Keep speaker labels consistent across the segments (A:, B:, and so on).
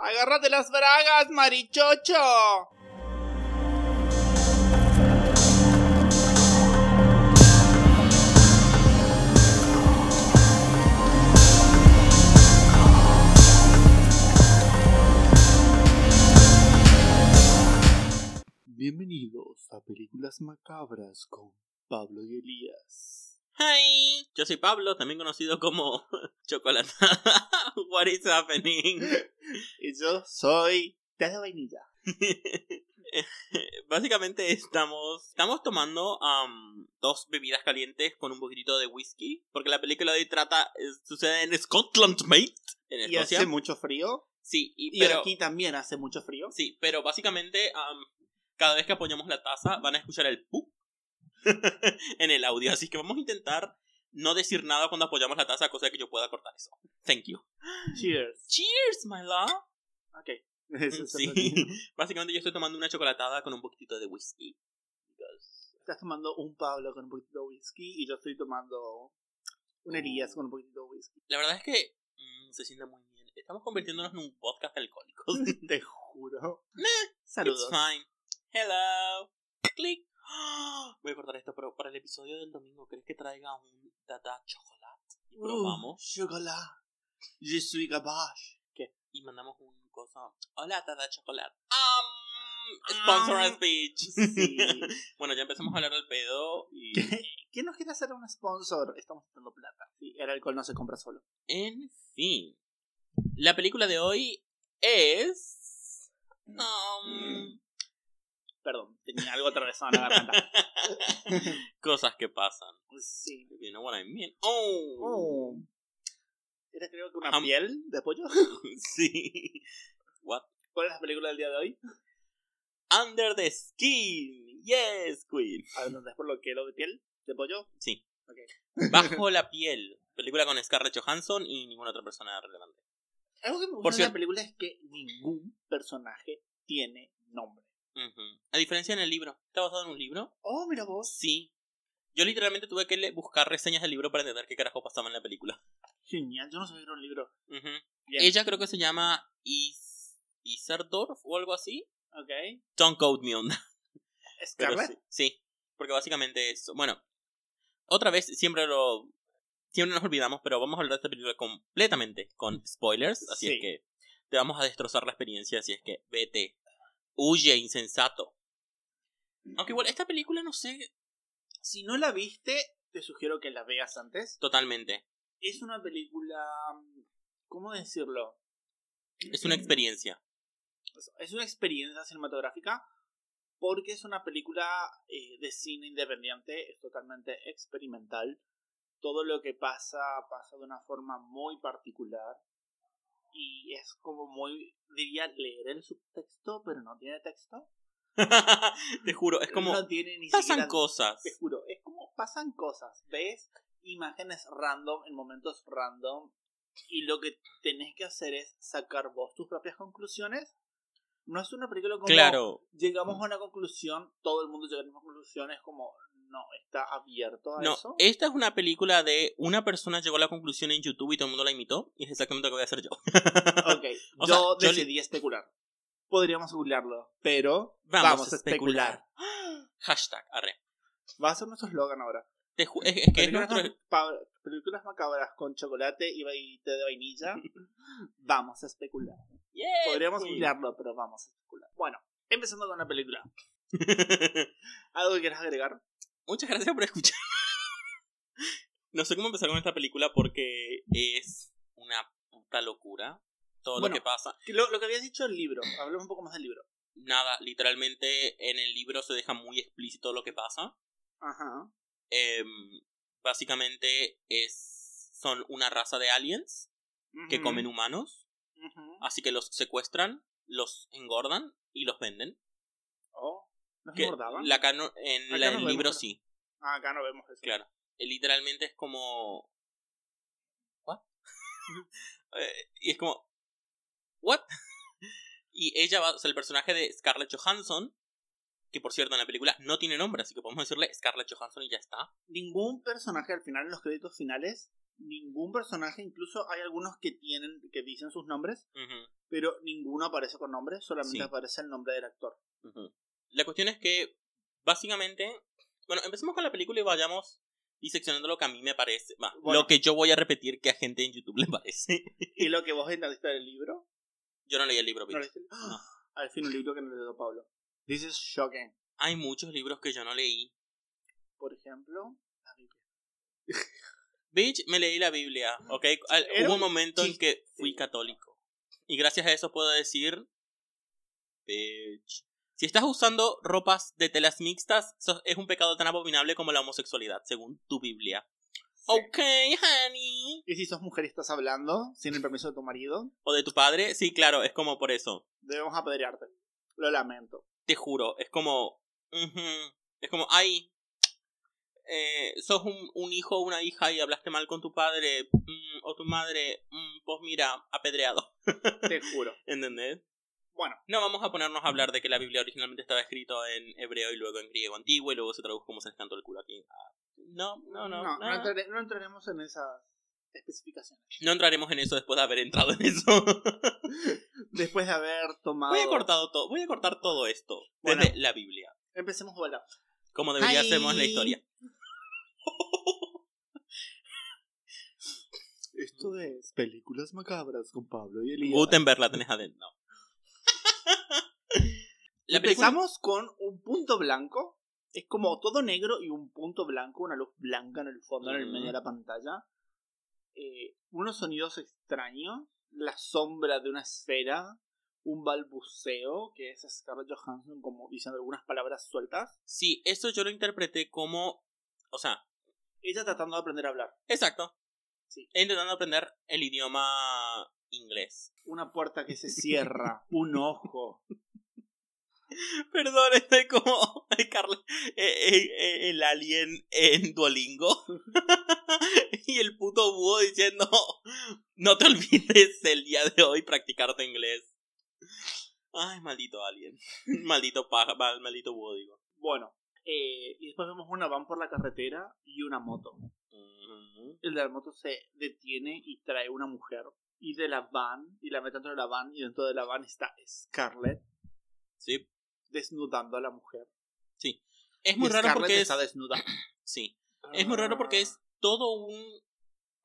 A: Agárrate las bragas, marichocho.
B: Bienvenidos a Películas Macabras con Pablo y Elías.
C: Hi, yo soy Pablo, también conocido como Chocolatada. What is happening?
B: Y yo soy Té de Vainilla.
C: Básicamente estamos estamos tomando am, dos bebidas calientes con un poquitito de whisky, porque la película de hoy trata es- sucede en Scotland, mate, en
B: Y
C: Escocia.
B: hace mucho frío.
C: sí, y,
B: Y
C: pero,
B: aquí también hace mucho frío.
C: sí, pero básicamente am, cada vez que apoyamos la taza van a escuchar el pu en el audio, así que vamos a intentar no decir nada cuando apoyamos la taza, cosa que yo pueda cortar eso. Thank you.
B: Cheers.
C: Cheers, my love.
B: Ok. Eso es
C: Sí.
B: todo.
C: Básicamente yo estoy tomando una chocolatada con un poquitito de whisky. Because-
B: Estás tomando un Pablo con un poquito de whisky y yo estoy tomando un Elías con un poquito de whisky.
C: La verdad es que mm, se siente muy bien. Estamos convirtiéndonos en un podcast alcohólico.
B: Te juro.
C: It's
B: Saludos.
C: fine. Hello. Click. Ah, Voy a cortar esto, pero para el episodio del domingo, ¿crees que traiga un data chocolate? Y probamos.
B: Uh, chocolat. Je suis capaz. ¿Qué?
C: Y mandamos un cosa. Hola, data chocolate. Um, sponsor us, bitch.
B: Ah. Sí.
C: bueno, ya empezamos a hablar del pedo. Y...
B: ¿Quién nos quiere hacer un sponsor? Estamos dando plata. Sí, el alcohol no se compra solo.
C: En fin. La película de hoy es. um,
B: Perdón, tenía algo atravesado en la garganta.
C: cosas que pasan.
B: Sí.
C: You know what I mean. Oh.
B: Oh. Era creo que una
C: Am-
B: piel de pollo.
C: Sí. What?
B: ¿Cuál es la película del día de hoy?
C: Under the skin. Yes, Queen.
B: ¿Entendés por lo que lo de piel? ¿De pollo?
C: Sí.
B: Ok.
C: Bajo la piel. Película con Scarlett Johansson y ninguna otra persona relevante.
B: Algo que me
C: Por
B: gusta de la
C: cierto-
B: película es que ningún personaje tiene nombre.
C: Ujú. A diferencia en el libro. ¿Está basado en un libro?
B: Oh, mira vos.
C: Sí. Yo literalmente tuve que le- buscar reseñas del libro para entender qué carajo pasaba en la película.
B: Genial, yo no sabía que era un libro.
C: Ujú.
B: Bien.
C: Ella creo que se llama Is Isardorf o algo así.
B: Ok.
C: Don't quote me on that, pero
B: Scarlett.
C: sí, sí, porque básicamente es... Bueno, otra vez siempre lo... Siempre nos olvidamos, pero vamos a hablar de esta película completamente con spoilers, así
B: Sí.
C: es que te vamos a destrozar la experiencia, así es que vete, huye, insensato. Aunque igual, esta película no sé
B: Si no la viste, te sugiero que la veas antes.
C: totalmente,
B: Es una película... mm, ¿Cómo decirlo?
C: es una experiencia.
B: es una experiencia cinematográfica porque es una película eh, de cine independiente, es totalmente experimental. Todo lo que pasa pasa de una forma muy particular y es como muy, diría, leer el subtexto, pero no tiene texto.
C: te juro, es como...
B: no tiene ni
C: Pasan
B: siquiera-
C: cosas.
B: Te juro, es como pasan cosas, ves imágenes random en momentos random y lo que tenés que hacer es sacar vos tus propias conclusiones. No es una película como
C: Claro.
B: llegamos a una conclusión, todo el mundo llega a la misma conclusión, es como, no, está abierto a
C: No,
B: eso.
C: esta es una película de una persona llegó a la conclusión en YouTube y todo el mundo la imitó y es exactamente lo que voy a hacer yo.
B: Ok,
C: O sea,
B: yo
C: yo li-
B: decidí especular. Podríamos googlearlo, pero
C: Vamos,
B: vamos,
C: a especular. Hashtag, arre.
B: Va a ser nuestro eslogan ahora.
C: Te ju- es, es que es
B: Películas,
C: nuestro...
B: maca- pa- películas macabras con chocolate y va- y té de vainilla. vamos a especular.
C: Yeah,
B: Podríamos
C: queen.
B: googlearlo, pero vamos a especular. Bueno, empezando con la película. ¿Algo que quieras agregar?
C: Muchas gracias por escuchar. No sé cómo empezar con esta película porque es una puta locura. Todo
B: Bueno.
C: lo que pasa.
B: Que Lo, lo que habías dicho del libro, hablemos un poco más del libro.
C: Nada, literalmente en el libro se deja muy explícito lo que pasa.
B: Ajá.
C: Em, básicamente es son una raza de aliens que
B: Ujú,
C: comen humanos.
B: ujú.
C: Así que los secuestran, los engordan y los venden.
B: Oh, ¿nos
C: Que
B: engordaban?
C: la cano- en
B: Acá no
C: la- el
B: vemos,
C: libro
B: pero-
C: sí.
B: Ah, acá no vemos eso.
C: Claro. Eh, Literalmente es como. ¿What? Eh, y es como. ¿What? y ella va. O sea, el personaje de Scarlett Johansson. Que por cierto, en la película no tiene nombre, así que podemos decirle Scarlett Johansson y ya está.
B: Ningún personaje al final, en los créditos finales, ningún personaje, incluso hay algunos que tienen, que dicen sus nombres, pero ninguno aparece con nombre, solamente
C: Sí.
B: aparece el nombre del actor.
C: Ujú. La cuestión es que, básicamente, bueno, empecemos con la película y vayamos diseccionando lo que a mí me parece. Va,
B: Bueno.
C: Lo que yo voy a repetir que a gente en YouTube le parece.
B: Y lo que vos entendiste del libro,
C: yo no leí el libro,
B: ¿no
C: bitch.
B: leíste? Al fin un libro que nos dio Pablo. This is shocking.
C: Hay muchos libros que yo no leí.
B: Por ejemplo, la Biblia.
C: Bitch, me leí la Biblia, ¿ok? Al-
B: Era
C: hubo
B: un
C: un momento en
B: chiste.
C: que fui católico. Y gracias a eso puedo decir... Bitch. Si estás usando ropas de telas mixtas, eso es un pecado tan abominable como la homosexualidad, según tu Biblia. Ok, honey.
B: Y si sos mujer y estás hablando sin el permiso de tu marido,
C: o de tu padre, sí, claro, es como por eso.
B: debemos apedrearte. Lo lamento.
C: Te juro, es como. ujú, Es como, ay. eh, sos un, un hijo o una hija y hablaste mal con tu padre mm, o tu madre, mm, pues mira, apedreado.
B: Te juro.
C: ¿Entendés?
B: Bueno.
C: No vamos a ponernos a hablar de que la Biblia originalmente estaba escrito en hebreo y luego en griego antiguo y luego se tradujo como se les cantó el culo aquí. Ah, No, no, no.
B: no,
C: nada.
B: entrare- no entraremos en esas especificaciones.
C: No entraremos en eso después de haber entrado en eso.
B: Después de haber tomado.
C: voy, a cortado todo, voy a cortar todo esto
B: Bueno.
C: desde la Biblia.
B: Empecemos bola.
C: Como debería
B: Ay.
C: hacemos la historia.
B: Esto es Películas Macabras con Pablo y Elías.
C: Gutenberg la tenés adentro. La película,
B: Empezamos con un punto blanco. Es como todo negro y un punto blanco, una luz blanca en el fondo, en el
C: Mm.
B: medio de la pantalla. Eh, unos sonidos extraños, la sombra de una esfera, un balbuceo, que es Scarlett Johansson como diciendo algunas palabras sueltas.
C: sí, eso yo lo interpreté como. O sea,
B: Ella tratando de aprender a hablar.
C: exacto.
B: Sí.
C: Intentando aprender el idioma inglés.
B: Una puerta que se cierra, un ojo.
C: Perdón, estoy como Carla, eh, eh, eh, el alien en Duolingo. y el puto búho diciendo: No te olvides el día de hoy practicar tu inglés. Ay, maldito alien. maldito paja, mal- maldito búho, digo.
B: Bueno, eh, y después vemos una van por la carretera y una moto.
C: Ujú.
B: el de la moto se detiene y trae una mujer. Y de la van, y la mete dentro de la van, y dentro de la van está Scarlett
C: Sí.
B: desnudando a la mujer.
C: Es muy
B: Y
C: raro
B: Scarlett
C: porque es.
B: está Ah. desnuda.
C: Sí. Es muy raro porque es todo un.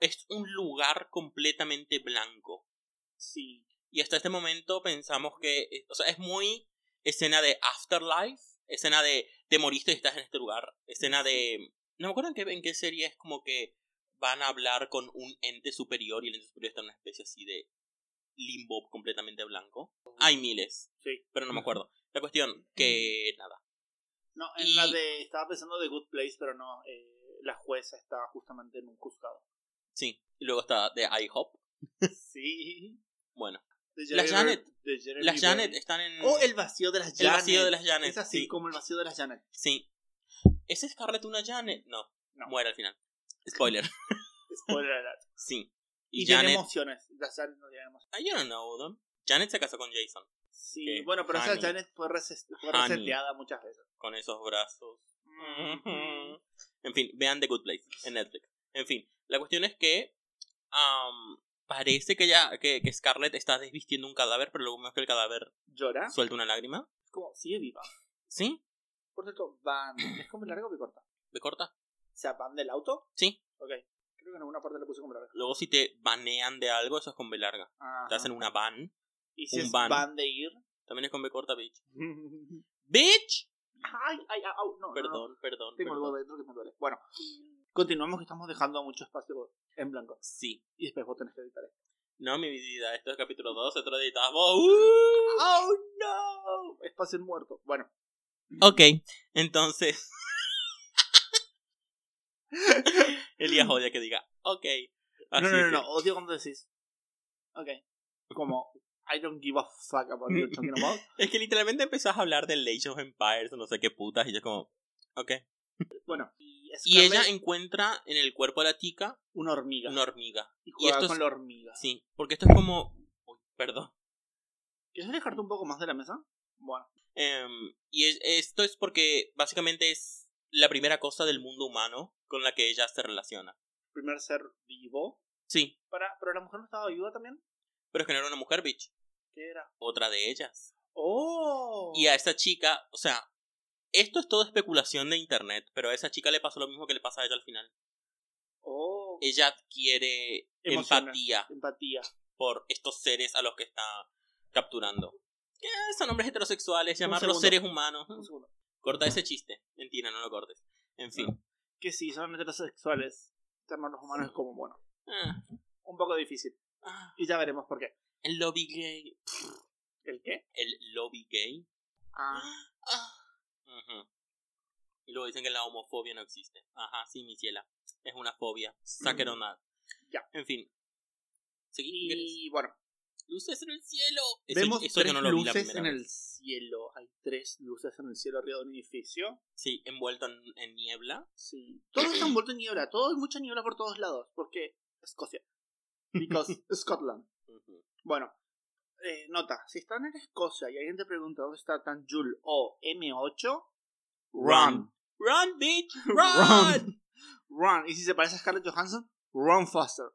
C: Es un lugar completamente blanco.
B: Sí,
C: Y hasta este momento pensamos que. eh, O sea, es muy. Escena de Afterlife. Escena de. Te moriste y estás en este lugar. Escena de. No me acuerdo en qué, en qué serie es como que van a hablar con un ente superior y el ente superior está en una especie así de limbo completamente blanco. Hay miles,
B: sí.
C: pero no me acuerdo. La cuestión que nada.
B: No, en
C: Y-
B: la de. Estaba pensando de Good Place, pero no. eh, la jueza estaba justamente en un juzgado.
C: Sí. Y luego está de I Hope.
B: Sí.
C: Bueno.
B: De
C: Las Janet.
B: Ber- de Jeremy
C: Las Janet
B: Bell.
C: están en.
B: Oh, el vacío de las Janet.
C: El vacío de las Janet.
B: Es así
C: sí.
B: como el vacío de las Janet.
C: sí. ¿Es Scarlett una Janet? No,
B: No.
C: muere al final. Spoiler.
B: Spoiler alert.
C: sí.
B: Y,
C: Y,
B: tiene
C: Janet.
B: emociones. Las Janet no tienen emociones.
C: I don't know them. Janet se casó con Jason.
B: Sí,
C: que
B: bueno, pero esa
C: Honey.
B: Janet fue, reses- fue
C: Honey.
B: reseteada muchas veces.
C: Con esos brazos. Ujú. En fin, vean The Good Place en Netflix. En fin, la cuestión es que. am, parece que ya. Que, que Scarlett está desvistiendo un cadáver, pero luego vemos que el cadáver
B: Llora,
C: suelta una lágrima.
B: como sigue viva.
C: ¿Sí?
B: Por cierto, van. ¿Es como largo que corta?
C: ¿Me corta?
B: O sea, van del auto.
C: Sí.
B: Ok. Creo que en alguna parte le puse como largo.
C: Luego, si te banean de algo, eso es con B larga. Te hacen una ban.
B: Y si
C: un
B: es van.
C: van.
B: de ir.
C: También es con B corta, bitch. ¡Bitch!
B: ay, ay, au, no. no, no.
C: Perdón, perdón.
B: Tengo
C: perdón.
B: algo dentro que Ah. me duele. Bueno, continuamos que estamos dejando mucho espacio en blanco.
C: Sí.
B: Y después vos tenés que editar esto.
C: No, mi vida, esto es capítulo 2, otro editado. ¡Uh!
B: ¡Oh, no! Espacio en muerto. Bueno,
C: Ok, entonces. Elías odia que diga, ok. Así
B: no, no, no,
C: que-
B: no, Odio cuando decís. Ok. Como. I don't give a fuck about what you're talking about.
C: Es que literalmente empezás a hablar de Age of Empires o no sé qué putas y yo como, ok.
B: Bueno, y,
C: Y
B: Scarlett,
C: ella encuentra en el cuerpo de la tica
B: una hormiga.
C: una hormiga.
B: y juega
C: esto es-
B: con la hormiga.
C: Sí, porque esto es como... Uy, perdón.
B: ¿Quieres alejarte un poco más de la mesa? Bueno,
C: Em, y es- esto es porque básicamente es la primera cosa del mundo humano con la que ella se relaciona.
B: primer ser vivo.
C: Sí,
B: Para, pero la mujer no estaba viva también.
C: pero es que no era una mujer, bitch.
B: ¿Qué era?
C: Otra de ellas.
B: ¡Oh!
C: Y a esa chica, o sea, esto es todo especulación de internet, pero a esa chica le pasó lo mismo que le pasa a ella al final.
B: ¡Oh!
C: Ella adquiere
B: Emociona.
C: empatía
B: Empatía.
C: por estos seres a los que está capturando. Que son hombres heterosexuales,
B: Un
C: llamarlos
B: segundo.
C: seres humanos.
B: Un segundo.
C: Corta ese chiste. Mentira, no lo cortes. En fin.
B: Que sí, son heterosexuales. Llamarlos humanos es como, bueno,
C: Ah,
B: un poco difícil.
C: ah,
B: Y ya veremos por qué.
C: el lobby gay.
B: ¿El qué?
C: El lobby gay.
B: Ah,
C: Ah. Ujú. Y luego dicen que la homofobia no existe. Ajá, sí, mi ciela. Es una fobia. Suck it or not.
B: Mm. Ya.
C: En fin. Seguí. ¿quieres?
B: y bueno,
C: Luces en el cielo. Eso,
B: vemos
C: eso
B: tres
C: yo no lo vi la
B: luces
C: primera
B: en
C: vez.
B: el cielo. Hay tres luces en el cielo arriba de un edificio.
C: Sí, envuelto en, en niebla.
B: Sí. Todo está envuelto en niebla. Todo hay mucha niebla por todos lados. Porque Escocia. Because Scotland.
C: Ujú.
B: Bueno, eh, nota, si están en Escocia y alguien te pregunta dónde está Tanjul o M8,
C: Run. Run, bitch. Run.
B: Run. Run. Y si se parece a Scarlett Johansson, run faster.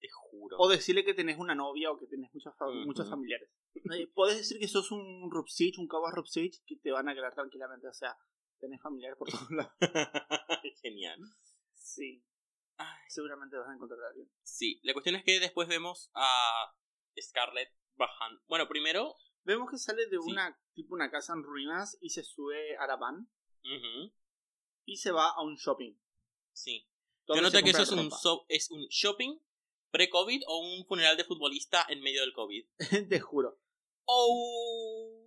C: Te juro.
B: O decirle que tenés una novia o que tenés muchos, fa-
C: Ujú.
B: muchos familiares. Eh, Podés decir que sos un Rupsich, un Cowboy Rupsich, que te van a aclarar tranquilamente. O sea, tenés familiares por todos lados.
C: Genial.
B: Sí.
C: Ay.
B: Seguramente vas a encontrar a alguien.
C: Sí, la cuestión es que después vemos a Scarlett bajando. Bueno, primero.
B: Vemos que sale de
C: Sí.
B: una, tipo una casa en ruinas y se sube a la van
C: ujú,
B: y se va a un shopping.
C: Sí. Yo
B: donde
C: noté
B: se
C: que eso
B: compra
C: es un,
B: ropa.
C: so- es un shopping pre-COVID o un funeral de futbolista en medio del COVID.
B: Te juro.
C: Oh.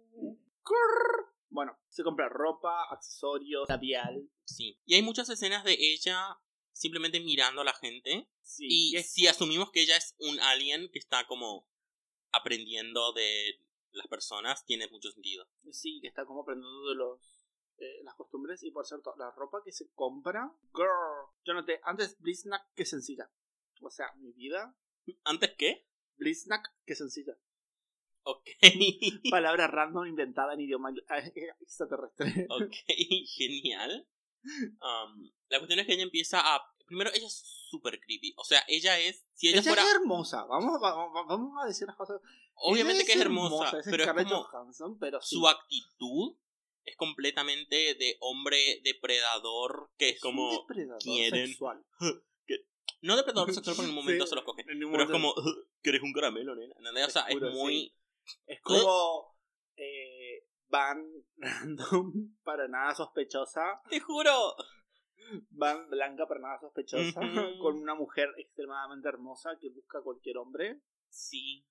B: Bueno, se compra ropa, accesorios, labial.
C: Sí. Y hay muchas escenas de ella simplemente mirando a la gente.
B: Sí.
C: Y
B: Y es-
C: si asumimos que ella es un alien que está como aprendiendo de las personas, tiene mucho sentido.
B: sí, que está como aprendiendo de los, eh, las costumbres. Y por cierto, la ropa que se compra, girl. Yo noté antes Blitzknack que sencilla. O sea, mi vida,
C: ¿Antes qué?
B: Blitzknack que sencilla.
C: Ok.
B: Palabra random inventada en idioma eh, eh, extraterrestre.
C: Ok, genial. Um, la cuestión es que ella empieza a. Primero, ella es súper creepy. O sea, ella es. Si ella,
B: Ella
C: fuera.
B: es hermosa, vamos, vamos, vamos a decir las cosas.
C: obviamente
B: Ella
C: que es hermosa,
B: es
C: pero es
B: Scarlett
C: como.
B: Johansson, pero sí.
C: Su actitud es completamente de hombre depredador, que es
B: un
C: como.
B: depredador
C: quieren.
B: sexual.
C: No depredador sexual, porque en un momento
B: Sí,
C: se los coge.
B: en un
C: Pero es
B: momento-
C: como. ¿Querés un caramelo, nena? ¿Entendés? O
B: Te
C: sea, es
B: juro,
C: muy.
B: Es como eh, van random, para nada sospechosa,
C: ¡Te juro!
B: van blanca, para nada sospechosa,
C: Ujú.
B: con una mujer extremadamente hermosa que busca a cualquier hombre.
C: Sí.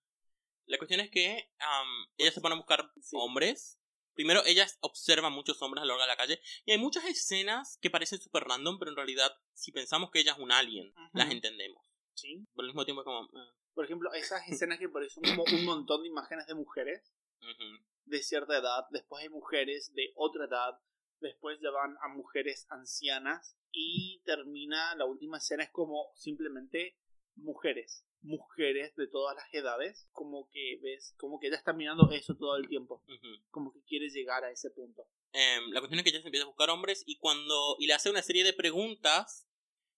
C: La cuestión es que am, ella se pone a buscar
B: Sí.
C: hombres. Primero, ella observa muchos hombres a lo largo de la calle. Y hay muchas escenas que parecen súper random, pero en realidad, si pensamos que ella es un alien,
B: Ajá.
C: las entendemos.
B: Sí.
C: Pero al mismo tiempo es como... ah,
B: Por ejemplo, esas escenas que parecen como un montón de imágenes de mujeres
C: ujú.
B: de cierta edad, después hay mujeres de otra edad, después ya van a mujeres ancianas y termina, la última escena es como simplemente mujeres, mujeres de todas las edades, como que ves, como que ella está mirando eso todo el tiempo,
C: Ujú.
B: como que quiere llegar a ese punto.
C: Em, la cuestión es que ella se empieza a buscar hombres y cuando... Y le hace una serie de preguntas.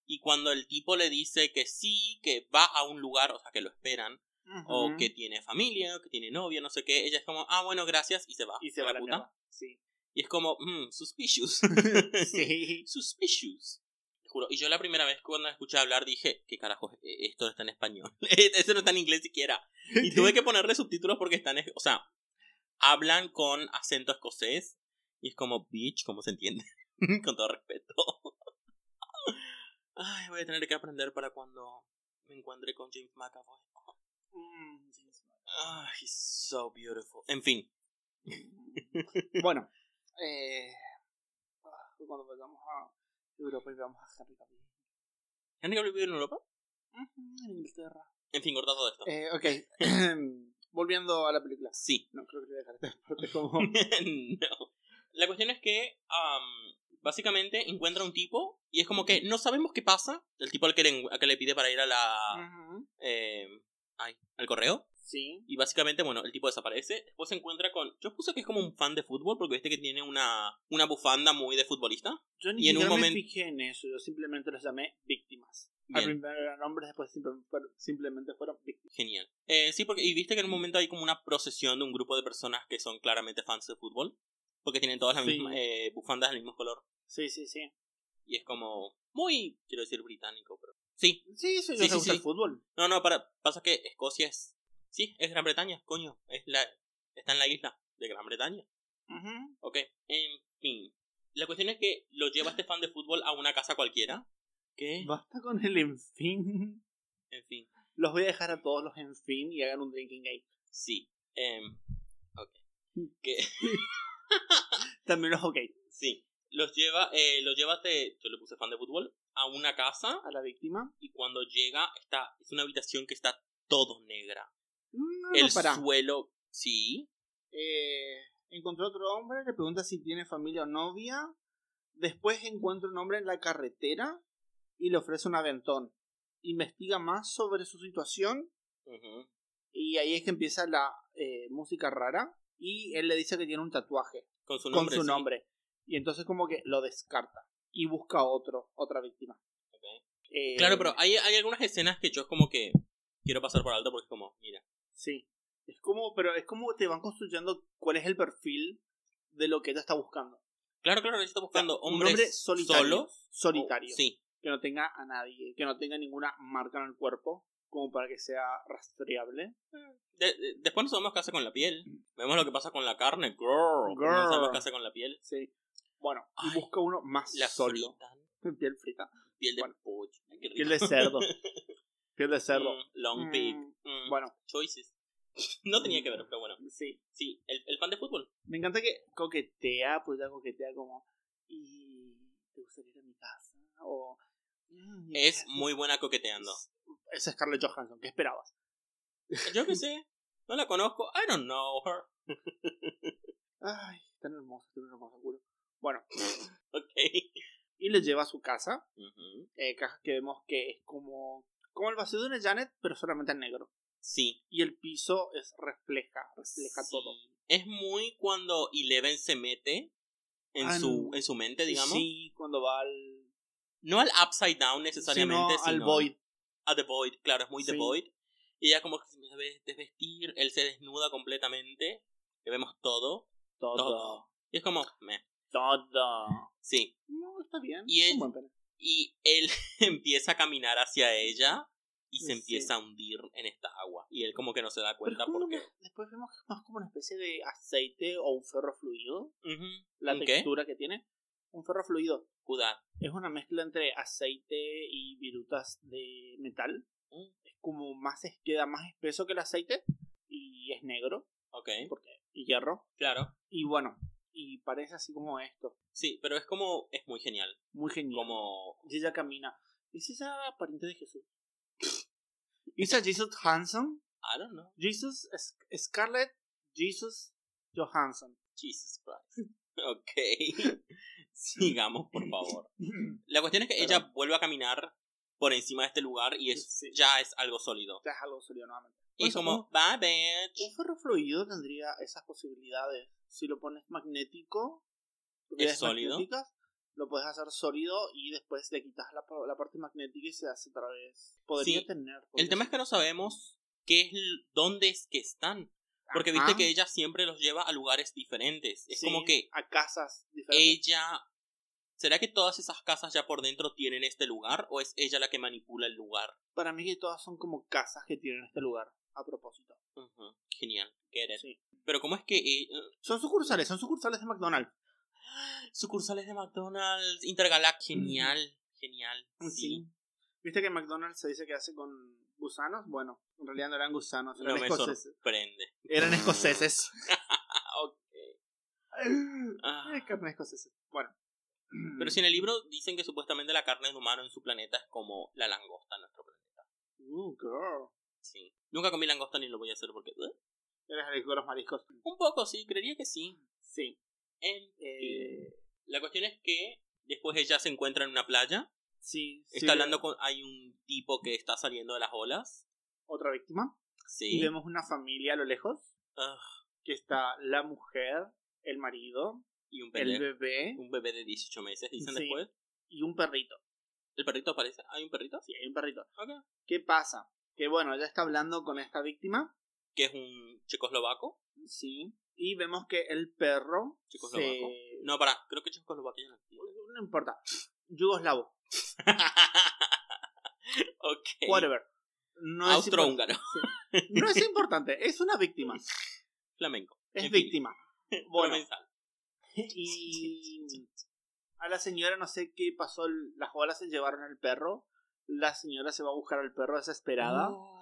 C: Y cuando el tipo le dice que sí, que va a un lugar, o sea, que lo esperan, o que tiene familia, o que tiene novia, no sé qué, ella es como, ah, bueno, gracias, y se va.
B: y se
C: a
B: va a la
C: puta.
B: mierda. Sí.
C: Y es como, mmm, suspicious.
B: sí.
C: Suspicious. Te juro. Y yo la primera vez cuando la escuché hablar dije, ¿qué carajo? es- eh, Esto no está en español. Esto no está en inglés siquiera. Y tuve que ponerle subtítulos porque están, en- o sea, hablan con acento escocés. Y es como, bitch, ¿cómo se entiende? con todo respeto. Ay, voy a tener que aprender para cuando me encuentre con James McAvoy.
B: Mm, sí, sí.
C: Ay, he's so beautiful. En fin.
B: Bueno, eh, ah, cuando vayamos a Europa y veamos a Henry Cavill.
C: ¿Henry Cavill vive en Europa?
B: Ujú, En Inglaterra.
C: En fin, corta todo esto.
B: Eh, ok. Volviendo a la película.
C: Sí.
B: No, creo que voy a dejar esta parte como.
C: no. La cuestión es que, am, básicamente, encuentra un tipo y es como que no sabemos qué pasa. El tipo al que le, al que le pide para ir a la.
B: Ujú.
C: eh, ay, al correo.
B: Sí.
C: Y básicamente, bueno, el tipo desaparece. Después se encuentra con. Yo puse que es como un fan de fútbol porque viste que tiene una, una bufanda muy de futbolista.
B: Yo ni
C: Y en un
B: siquiera me
C: momento-
B: fijé en eso, yo simplemente los llamé víctimas. Al
C: Bien,
B: primero eran hombres, después simple- fueron- simplemente fueron víctimas.
C: genial. Eh, sí, porque, y viste que en un momento hay como una procesión de un grupo de personas que son claramente fans de fútbol, porque tienen todas las
B: Sí.
C: mismas eh, bufandas del mismo color,
B: Sí, sí, sí.
C: y es como muy, quiero decir, británico, pero... Sí,
B: Sí, sí,
C: Sí,
B: les
C: sí,
B: gusta
C: sí.
B: el fútbol.
C: no, no, para, pasa que Escocia es... Sí, es Gran Bretaña, coño, es la, está en la isla de Gran Bretaña.
B: Ujú.
C: Ok, en fin. La cuestión es que lo lleva este fan de fútbol a una casa cualquiera. ¿Qué?
B: Basta con el en fin.
C: En fin,
B: Los voy a dejar a todos los en fin y hagan un drinking game.
C: sí. em, ok. Que,
B: También los ok.
C: sí. Los lleva, eh, los lleva de, yo le puse fan de fútbol, a una casa
B: A la víctima.
C: y cuando llega está, es una habitación que está todo negra.
B: No,
C: El
B: no, Ah, pará.
C: suelo, sí.
B: eh, encontró otro hombre, le pregunta si tiene familia o novia. Después encuentra un hombre en la carretera y le ofrece un aventón. Investiga más sobre su situación
C: Ujú.
B: y ahí es que empieza la eh, música rara y él le dice que tiene un tatuaje
C: Con su
B: con
C: nombre.
B: su
C: sí.
B: nombre. Y entonces como que lo descarta y busca otro, otra víctima. Eh,
C: Claro, pero hay, hay algunas escenas que yo es como que quiero pasar por alto porque es como, mira.
B: Sí. Es como, pero es como te van construyendo cuál es el perfil de lo que ella está buscando.
C: Claro, claro, ella está buscando
B: un
C: hombres
B: hombre solitario.
C: solos.
B: Solitario.
C: Sí,
B: que no tenga a nadie, que no tenga ninguna marca en el cuerpo, como para que sea rastreable.
C: De- de- después no sabemos qué hace con la piel. Vemos lo que pasa con la carne, girl. pero No
B: Girl.
C: sabemos qué hace con la piel.
B: Sí. Bueno,
C: Ay,
B: y busca uno más
C: La
B: solo.
C: fritan,
B: Piel frita.
C: piel de
B: Bueno.
C: pollo. Ay, qué rico.
B: Piel de cerdo. Piel de cerdo.
C: Mm, long pig.
B: Mm,
C: Mm,
B: Bueno,
C: Choices. No tenía que ver, pero bueno.
B: sí.
C: Sí, el, el fan de fútbol.
B: Me encanta que coquetea, pues ya coquetea como. Y. ¿Te gustaría ir a mi casa? O. mm, mi
C: Es
B: casa
C: muy buena coqueteando.
B: Es Scarlett Johansson, ¿qué esperabas?
C: Yo qué sé. No la conozco. I don't know her.
B: Ay, tan hermosa, tan hermosa, culo. Bueno,
C: Ok.
B: y le lleva a su casa.
C: Ujú.
B: eh, cajas que vemos que es como, como el vacío de una Janet, pero solamente en negro.
C: Sí.
B: Y el piso es refleja, refleja
C: Sí.
B: todo.
C: Es muy cuando Eleven se mete en,
B: Ah,
C: su,
B: no.
C: en su mente, digamos.
B: Sí, cuando va al.
C: No al upside down necesariamente,
B: sino al
C: sino-
B: void.
C: a The Void, claro, es muy The
B: Sí.
C: Void. Y ella como que se empieza a des- desvestir, él se desnuda completamente, le vemos todo,
B: Todo.
C: todo. Y es como, meh,
B: Todo.
C: sí.
B: No, está bien.
C: Y
B: es
C: él-
B: un buen pene.
C: Y él empieza a caminar hacia ella y se
B: Sí.
C: empieza a hundir en esta agua. Y él como que no se da
B: Pero es
C: cuenta
B: como
C: porque...
B: una- después vemos que es más como una especie de aceite o un ferro fluido.
C: Ujú,
B: La
C: ¿Un qué?
B: textura que tiene. Un ferro fluido.
C: Judá.
B: Es una mezcla entre aceite y virutas de metal.
C: Mm.
B: Es como más, es- queda más espeso que el aceite. Y es negro.
C: Ok,
B: Y hierro.
C: claro.
B: Y bueno, y parece así como esto.
C: Sí, pero es como, es muy genial.
B: Muy genial.
C: Como...
B: Y ella camina. ¿Es esa pariente de Jesús? ¿Es a Jesus Hanson?
C: I don't know.
B: Jesus es- Scarlett Jesus Johansson.
C: Jesus Christ. Ok. Sigamos, por favor. La cuestión es que ella vuelve a caminar por encima de este lugar y es,
B: Sí.
C: ya es algo sólido.
B: Ya es algo sólido nuevamente.
C: Y es
B: Eso,
C: como, bye bitch.
B: Un ferro fluido tendría esas posibilidades. Si lo pones magnético, propiedades
C: sólido.
B: magnéticas, lo puedes hacer sólido y después le quitas la, pa- la parte magnética y se hace otra vez. Podría
C: Sí.
B: tener.
C: El tema es que no sabemos qué es, l- dónde es que están. Porque viste que ella siempre los lleva a lugares diferentes. Es como que
B: A casas diferentes.
C: ella... ¿Será que todas esas casas ya por dentro tienen este lugar o es ella la que manipula el lugar?
B: Para mí que todas son como casas que tienen este lugar, a propósito.
C: Ujú, Genial, get it.
B: Sí.
C: Pero ¿cómo es que... eh,
B: Son sucursales, son sucursales de McDonald's.
C: sucursales de McDonald's, Intergalact, genial, genial.
B: Pues
C: sí.
B: ¿Viste que McDonald's se dice que hace con gusanos? Bueno, en realidad no eran gusanos,
C: No
B: eran
C: me
B: escoceses.
C: sorprende.
B: Eran escoceses.
C: Ah, ok. Ah.
B: Eh, carne escocesa. Bueno.
C: Pero si en el libro dicen que supuestamente la carne de humano en su planeta es como la langosta en nuestro planeta.
B: Uh, girl.
C: Sí. Nunca comí langosta ni lo voy a hacer porque. ¿eh?
B: Eres alérgico a los mariscos.
C: Un poco, sí, creería que sí.
B: Sí.
C: En-
B: Eh,
C: La cuestión es que después ella se encuentra en una playa.
B: sí.
C: Está
B: sí,
C: hablando con. Hay un tipo que está saliendo de las olas.
B: Otra víctima. Y
C: Sí.
B: vemos una familia a lo lejos.
C: Ugh,
B: Que está la mujer, el marido,
C: y un
B: el
C: bebé.
B: bebé
C: Un bebé de 18 meses, dicen
B: Sí.
C: después.
B: y un perrito.
C: ¿El perrito aparece? ¿Hay un perrito?
B: Sí, hay un perrito.
C: Ok.
B: ¿Qué pasa? Que bueno, ella está hablando con esta víctima.
C: Que es un checoslovaco.
B: Sí. Y vemos que el perro.
C: Checoslovaco. No, pará, creo que checoslovaco ya no existe.
B: No importa. Yugoslavo.
C: ok.
B: Whatever. No es, impor-
C: Austrohúngaro.
B: no es importante. Es una víctima.
C: Flamenco.
B: Es
C: En fin.
B: víctima. Bueno.
C: Provenzal.
B: Y a la señora, no sé qué pasó, las bolas se llevaron al perro. La señora se va a buscar al perro desesperada.
C: No.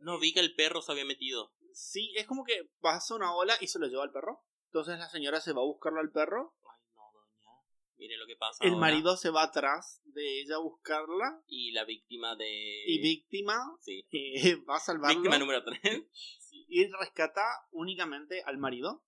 C: No vi que el perro se había metido.
B: Sí, es como que pasa una ola y se lo lleva al perro. Entonces la señora se va a buscarlo al perro.
C: Ay, no, doña. Mire lo que pasa.
B: El
C: ahora.
B: marido se va atrás de ella a buscarla.
C: Y la víctima de.
B: Y víctima
C: Sí.
B: eh, va a salvarlo.
C: Víctima número 3.
B: Y rescata únicamente al marido.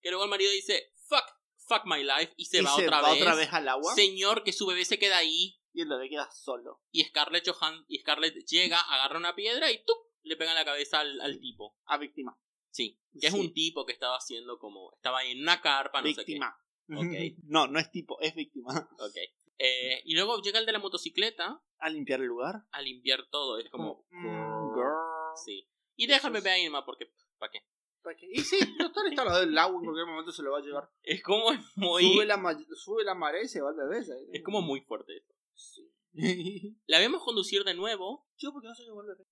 C: Que luego el marido dice, fuck, fuck my life. Y se,
B: y
C: va,
B: se
C: otra,
B: va
C: vez.
B: otra vez al agua.
C: Señor, que su bebé se queda ahí.
B: Y el bebé queda solo.
C: Y Scarlett, Johan y Scarlett llega, agarra una piedra y ¡tuc! le pega en la cabeza al, al tipo.
B: A víctima.
C: Sí. Que es
B: Sí.
C: un tipo que estaba haciendo como. Estaba ahí en una carpa, Ah, no
B: víctima.
C: Ok.
B: No, no es tipo, es víctima.
C: sé qué. Ok. Eh, y luego llega el de la motocicleta
B: A limpiar el lugar.
C: a limpiar todo. Es como.
B: Mm, girl.
C: Sí. Y déjame ver ahí nomás porque. ¿Para qué?
B: ¿Para qué? Y sí, doctor está al lado del agua, en cualquier momento se lo va a llevar.
C: Es como muy.
B: Sube, la ma- sube la marea y se va al bebé. ¿sabes?
C: Es como muy fuerte. eso.
B: Sí.
C: La vemos conducir de nuevo.
B: Yo, ¿por qué no se llevó el bebé?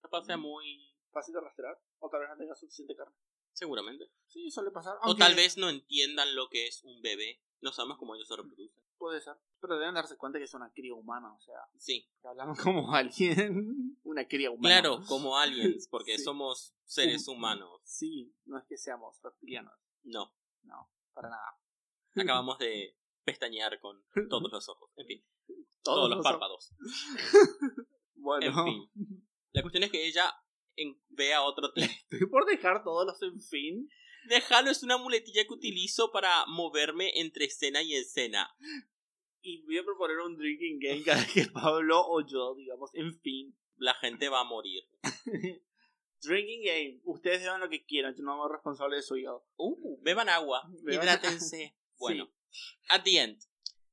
C: Capaz sea muy.
B: Fácil de rastrear. O tal vez no tenga suficiente carne.
C: Seguramente.
B: Sí, suele pasar.
C: O
B: aunque
C: tal vez no entiendan lo que es un bebé. No sabemos cómo ellos se reproducen.
B: Puede ser. Pero deben darse cuenta que es una cría humana. O sea,
C: Sí.
B: que hablamos como alguien. Una cría humana.
C: Claro, como aliens, porque
B: Sí.
C: somos seres humanos.
B: Sí, no es que seamos reptilianos.
C: No.
B: Para nada.
C: Acabamos de pestañear con todos los ojos. En fin, todos, los
B: son-
C: párpados.
B: Bueno,
C: En fin. La cuestión es que ella en- ve a otro tele.
B: estoy por dejar todos los en fin.
C: Déjalo, es una muletilla que utilizo para moverme entre escena y escena.
B: Y voy a proponer un drinking game cada vez que Pablo o yo, digamos, en fin.
C: La gente va a morir.
B: Drinking game. Ustedes hagan lo que quieran. Yo no me hago responsable de su hígado.
C: Uh, beban agua,
B: Beban-
C: hidrátense. Bueno, at the end.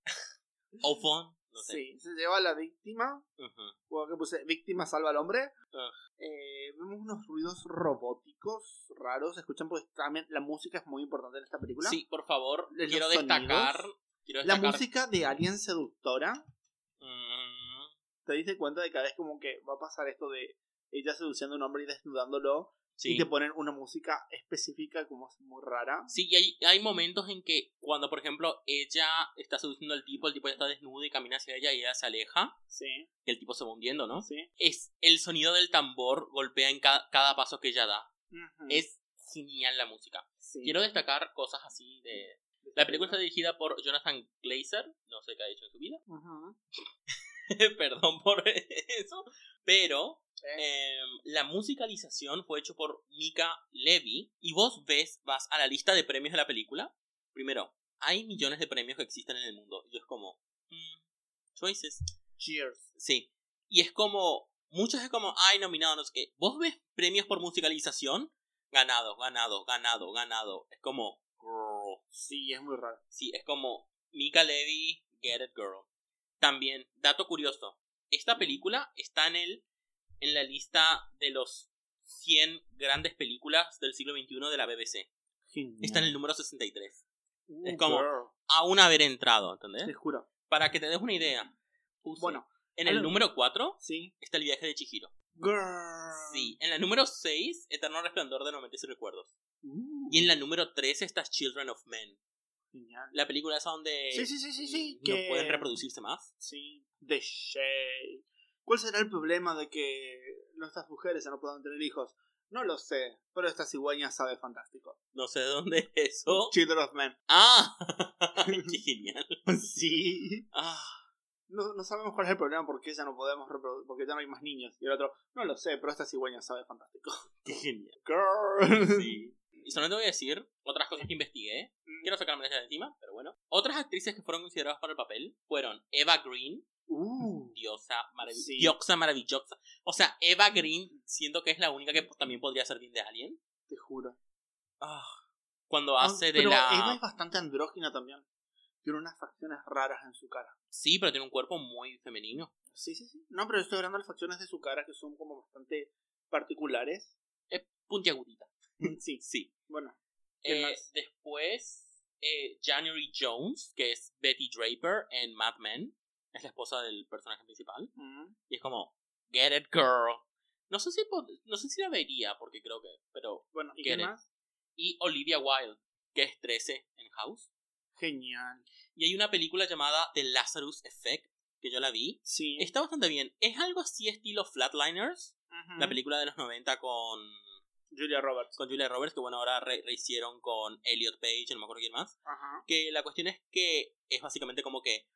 C: O fun, no sé.
B: Sí. Se lleva a la víctima.
C: Ujú.
B: Juego que puse víctima salva al hombre.
C: Ah.
B: Eh, vemos unos ruidos robóticos raros. Se escuchan porque también la música es muy importante en esta película.
C: Sí, por favor,
B: Los
C: quiero
B: sonidos.
C: destacar, quiero
B: La
C: destacar.
B: música de Alien Seductora.
C: Mm,
B: Te dice cuenta de cada vez como que va a pasar esto de ella seduciendo a un hombre y desnudándolo.
C: sí.
B: Y te ponen una música específica como es muy rara.
C: Sí, y hay, hay momentos en que cuando, por ejemplo, ella está seduciendo al tipo, el tipo ya está desnudo y camina hacia ella y ella se aleja,
B: Sí,
C: y el tipo se va hundiendo, ¿no?
B: sí.
C: Es el sonido del tambor golpea en ca- cada paso que ella da.
B: Ujú.
C: Es genial la música.
B: Sí.
C: Quiero destacar cosas así de... La película está dirigida por Jonathan Glazer, no sé qué ha hecho en su vida,
B: Ujú.
C: perdón por eso, pero em, la musicalización fue hecho por Mika Levy y vos ves, vas a la lista de premios de la película, primero, hay millones de premios que existen en el mundo y es como, mm, choices,
B: Cheers.
C: sí, y es como, muchos es como, ay, nominado, no sé qué, vos ves premios por musicalización, ganado, ganado, ganado, ganado, es como, girl.
B: Sí, es muy raro.
C: Sí, es como Mika Levy, Get It Girl. También, dato curioso, esta película está en el en la lista de los 100 grandes películas del siglo XXI de la BBC. Está en el número 63.
B: Uh,
C: es como-
B: girl,
C: Aún haber entrado, ¿entendés?
B: Te juro.
C: Para que te des una idea. puse-
B: Bueno,
C: en el
B: algo-
C: número 4
B: sí.
C: está el viaje de Chihiro.
B: Girl.
C: Sí. En la número 6, Eterno Resplandor de los Mentes y Recuerdos.
B: Uh,
C: Y en la número 13 está Children of Men.
B: genial.
C: La película esa donde
B: Sí, sí, sí, sí, sí.
C: eh, no
B: que-
C: pueden reproducirse más.
B: Sí. The Shade. ¿Cuál será el problema de que nuestras mujeres ya no puedan tener hijos? No lo sé, pero esta cigüeña sabe fantástico.
C: No sé de dónde es eso.
B: Children of Men.
C: ¡Ah! ¡Qué genial!
B: Sí.
C: Ah,
B: No, no sabemos cuál es el problema porque ya no podemos reproducir, porque ya no hay más niños. Y el otro, no lo sé, pero esta cigüeña sabe fantástico.
C: ¡Qué genial!
B: Girl.
C: Sí. Y solamente voy a decir otras cosas que investigué.
B: Mm.
C: Quiero sacarme de encima, pero bueno. Otras actrices que fueron consideradas para el papel fueron Eva Green,
B: Uh.
C: diosa maravillosa.
B: Sí. Mm.
C: Diosa maravillosa. O sea, Eva Green, siento que es la única que también podría ser bien de Alien.
B: Te juro.
C: Ah, cuando hace de
B: Pero
C: la.
B: Eva es bastante andrógina también. Tiene unas facciones raras en su cara.
C: Sí, pero tiene un cuerpo muy femenino.
B: Sí, sí, sí. No, pero estoy hablando de las facciones de su cara que son como bastante particulares.
C: Es puntiagudita.
B: sí.
C: Sí.
B: Bueno, ¿Quién
C: Eh,
B: más?
C: después, eh, January Jones, que es Betty Draper en Mad Men. Es la esposa del personaje principal.
B: mm,
C: Y es como, get it, girl. No sé si, pod- no sé si la vería, porque creo que... Pero...
B: bueno, ¿y
C: ¿Quién
B: quién
C: es?
B: más?
C: Y Olivia Wilde, que es 13 en House.
B: Genial.
C: Y hay una película llamada The Lazarus Effect, que yo la vi.
B: Sí.
C: Está bastante bien. Es algo así estilo Flatliners,
B: Ujú.
C: la película de los 90 con,
B: Julia Roberts.
C: con Julia Roberts, que bueno, ahora re- rehicieron con Elliot Page, no me acuerdo quién más.
B: Ajá.
C: Que la cuestión es que es básicamente como que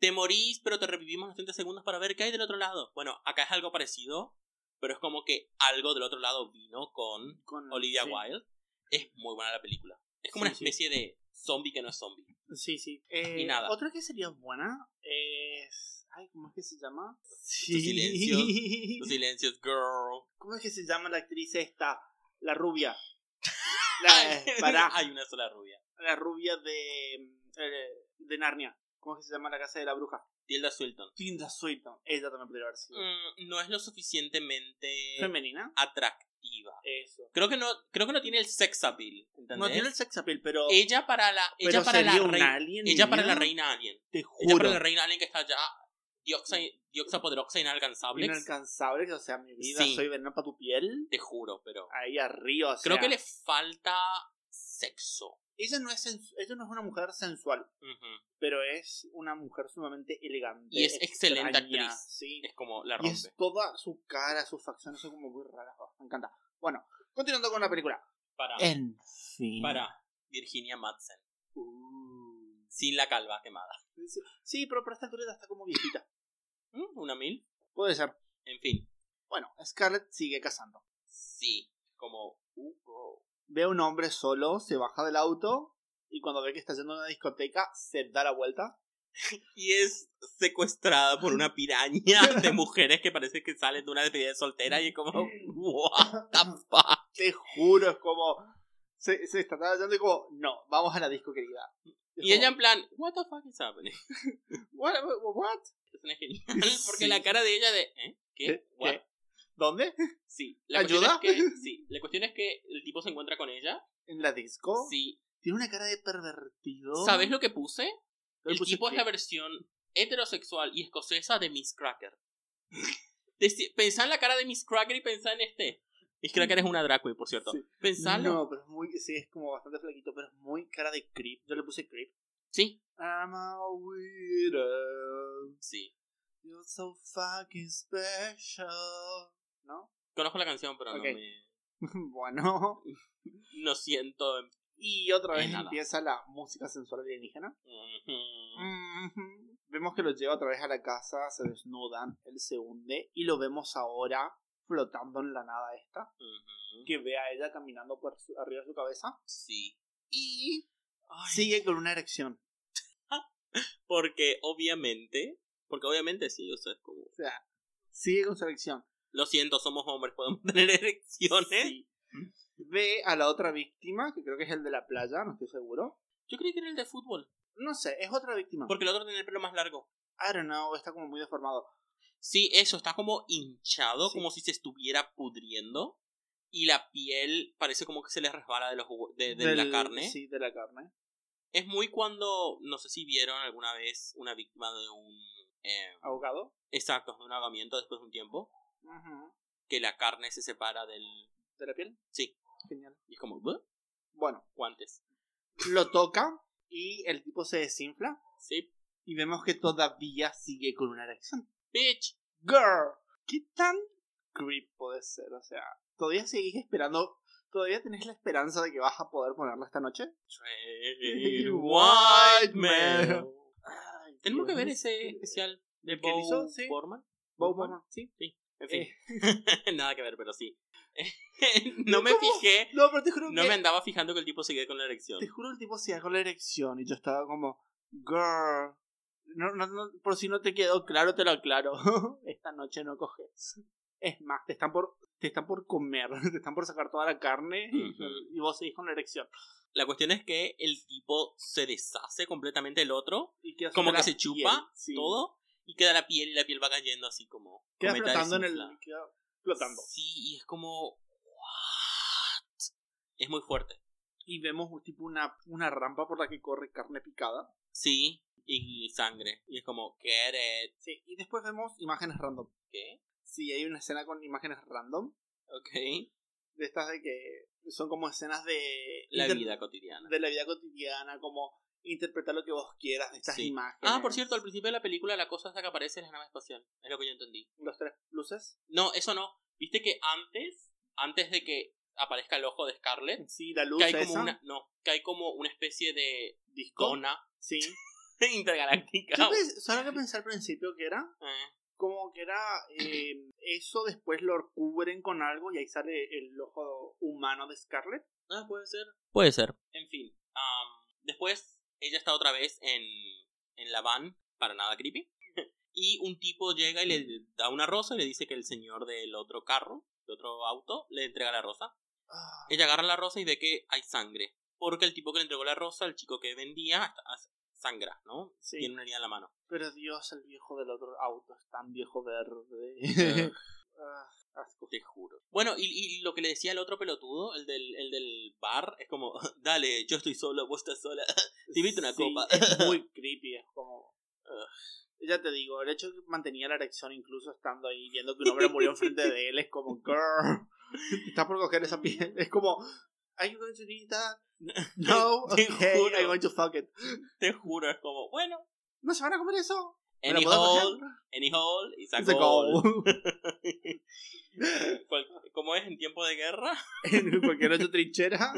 C: te morís, pero te revivimos los 30 segundos para ver qué hay del otro lado. Bueno, acá es algo parecido, pero es como que algo del otro lado vino con
B: Con,
C: Olivia
B: sí.
C: Wilde. Es muy buena la película. Es como
B: Sí,
C: una
B: sí.
C: especie de zombie que no es zombie.
B: Sí, sí. Eh,
C: Y nada.
B: Otra que sería buena es. Ay, ¿cómo es que se llama?
C: Tu silencio. Los silencios, girl.
B: ¿Cómo es que se llama la actriz esta? La rubia. La, Eh, pará.
C: Hay una sola rubia.
B: la rubia de. eh, de Narnia. ¿Cómo es que se llama la casa de la bruja?
C: Tilda Swilton.
B: Tilda Swinton. Ella también podría haber sido.
C: Mm, no es lo suficientemente
B: Femenina.
C: atractiva.
B: Eh, Eso.
C: Creo que no, creo que no tiene el sex appeal. ¿entendés?
B: No tiene el sex appeal, pero.
C: Ella para la, ella
B: pero
C: para la
B: sería una
C: reina,
B: alien.
C: ella para la
B: niña,
C: reina alien.
B: Te
C: Ella
B: juro.
C: para la reina alien que está ya dioxi- dioxapoderoxa inalcanzable.
B: Inalcanzable, o sea, mi vida,
C: Sí.
B: soy veneno para tu piel.
C: Te juro, pero
B: Ahí arriba, o
C: creo
B: sea,
C: que le falta sexo.
B: Ella no, es sensu- ella no es una mujer sensual,
C: Ujú.
B: pero es una mujer sumamente elegante.
C: Y es excelente
B: extraña,
C: actriz.
B: Sí.
C: Es como la
B: Y
C: rompe.
B: es toda su cara, sus facciones son como muy raras. oh, Me encanta. Bueno, continuando con la película.
C: Para,
B: En fin.
C: para Virginia Madsen.
B: Uh.
C: Sin la calva quemada.
B: Sí, pero para esta altura ya está como viejita.
C: Mm, Una mil.
B: Puede ser.
C: En fin.
B: Bueno, Scarlett sigue cazando.
C: Sí, como
B: Ve a un hombre solo, se baja del auto y cuando ve que está yendo a una discoteca, se da la vuelta.
C: y es secuestrada por una piraña de mujeres que parece que salen de una despedida de soltera y es como what the fuck.
B: Te juro, es como. Se, se está yendo y como, no, vamos a la disco, querida. Es
C: Y ella
B: como,
C: en plan, what the fuck is happening?
B: What? what?
C: Es una genial porque
B: Sí.
C: la cara de ella de ¿eh? ¿Qué?
B: ¿Qué?
C: What?
B: ¿Qué? ¿Dónde?
C: Sí, la cuestión
B: ¿Ayuda?
C: es que sí, la cuestión es que el tipo se encuentra con ella.
B: ¿En la disco?
C: Sí.
B: Tiene una cara de pervertido.
C: ¿Sabes lo que puse?
B: Yo le
C: El
B: puse
C: tipo es
B: que-
C: la versión heterosexual y escocesa de Miss Cracker. Deci- Pensá en la cara de Miss Cracker y pensá en este. Miss Cracker es una drag queen, por cierto.
B: Sí.
C: Pensalo.
B: No, pero es muy. Sí, es como bastante flaquito, pero es muy cara de creep. Yo le puse creep.
C: Sí.
B: I'm a weirdo.
C: Sí.
B: You're so fucking special. ¿No?
C: Conozco la canción, pero
B: Ok.
C: no me...
B: bueno.
C: No siento... en-
B: Y otra
C: Eh,
B: vez
C: nada.
B: empieza la música sensual alienígena. Mm.
C: Ujú.
B: Ujú. Vemos que lo lleva otra vez a la casa, se desnudan, él se hunde y lo vemos ahora flotando en la nada esta,
C: Ujú.
B: que ve a ella caminando por su- arriba de su cabeza
C: Sí.
B: y
C: Ay,
B: sigue con una erección.
C: Porque obviamente... Porque obviamente sí, o sea, es como...
B: O sea, sigue con su erección.
C: Lo siento, somos hombres, podemos tener erecciones.
B: Sí. Ve a la otra víctima, que creo que es el de la playa, no estoy seguro.
C: Yo creí que era el de fútbol.
B: No sé, es otra víctima.
C: Porque el otro tiene el pelo más largo.
B: I don't know, está como muy deformado.
C: Sí, eso, está como hinchado,
B: Sí.
C: como si se estuviera pudriendo. Y la piel parece como que se le resbala de, los, hue- de, de la
B: Del-
C: carne.
B: Sí, de la carne.
C: Es muy cuando, no sé si vieron alguna vez una víctima de un... eh,
B: Ahogado.
C: exacto, de un ahogamiento después de un tiempo,
B: Ujú.
C: que la carne se separa del...
B: De la piel.
C: Sí,
B: Genial.
C: y es como... "¿Buh?
B: Bueno,
C: Guantes.
B: lo toca y el tipo se desinfla.
C: Sí,
B: Y vemos que todavía sigue con una erección.
C: bitch.
B: Girl, ¿qué tan creep puede ser? O sea, ¿todavía seguís esperando? ¿Todavía tenés la esperanza de que vas a poder ponerla esta noche?
C: Straight white
B: White
C: male.
B: male. Ay,
C: Tenemos que
B: Dios.
C: ver ese especial de
B: que él hizo?
C: Bo
B: Sí.
C: Borman.
B: Bob Bowman, sí.
C: En fin,
B: Eh,
C: nada que ver, pero sí. no me
B: ¿Cómo?
C: fijé,
B: no, pero te juro
C: no
B: que...
C: me andaba fijando que el tipo seguía con la erección.
B: Te juro el tipo se con la erección y yo estaba como, girl. No, no, no, por si no te quedó claro, te lo aclaro. Esta noche no coges. Es más, te están por, te están por comer, te están por sacar toda la carne y-
C: Ujú.
B: y vos seguís con la erección.
C: La cuestión es que el tipo se deshace completamente del otro,
B: Y queda
C: como
B: sobre
C: que
B: la
C: se chupa
B: piel, sí.
C: todo y queda la piel y la piel va cayendo así como.
B: Queda
C: como metal
B: flotando en el.
C: desinflado.
B: Queda flotando.
C: Sí, y es como. What? Es muy fuerte.
B: Y vemos un tipo una, una rampa por la que corre carne picada.
C: Sí, y sangre. Y es como, get it.
B: Sí, y después vemos imágenes random.
C: ¿Qué?
B: Sí, hay una escena con imágenes random.
C: Ok.
B: De estas de que son como escenas de.
C: La
B: inter-
C: vida cotidiana.
B: De la vida cotidiana, como interpretar lo que vos quieras de estas
C: Sí.
B: imágenes.
C: Ah, por cierto, al principio de la película la cosa hasta que aparece es la nave espacial. Es lo que yo entendí.
B: Los tres luces.
C: No, eso no. Viste que antes, antes de que aparezca el ojo de Scarlett,
B: Sí, la luz
C: que hay como
B: esa.
C: una, no, que hay como una especie de
B: Disco.
C: cona
B: Sí.
C: intergaláctica.
B: Yo pens- ¿Sabes lo que pensé al principio que era?
C: Eh,
B: Como que era eh, eso, después lo cubren con algo y ahí sale el ojo humano de Scarlett.
C: ah, puede ser. Puede ser. En fin. am, después, ella está otra vez en, en la van, para nada creepy. Y un tipo llega y le da una rosa y le dice que el señor del otro carro, del otro auto, le entrega la rosa.
B: Ah,
C: Ella agarra la rosa y ve que hay sangre. Porque el tipo que le entregó la rosa, el chico que vendía, hasta- hasta sangra, ¿no?
B: Sí.
C: Tiene una herida en la mano.
B: Pero Dios, el viejo del otro auto es tan viejo verde. Ah, asco.
C: Te juro. Bueno, y, y lo que le decía el otro pelotudo, el del, el del bar, es como, dale, yo estoy solo, vos estás sola. Te invito una
B: Sí,
C: copa.
B: Es muy creepy, es como. Ya te digo, el hecho de que mantenía la erección incluso estando ahí viendo que un hombre murió enfrente de él es como, girl, estás por coger esa piel. Es como, are you going to need that? No,
C: Te
B: okay,
C: juro.
B: I'm going to fuck it.
C: Te juro, es como, bueno,
B: ¿No se van a comer eso? ¿Me la
C: any
B: puedo coger?
C: hole, any hole, y
B: It's a
C: sacó.
B: goal.
C: Como es en tiempo de guerra.
B: En cualquier otra trinchera.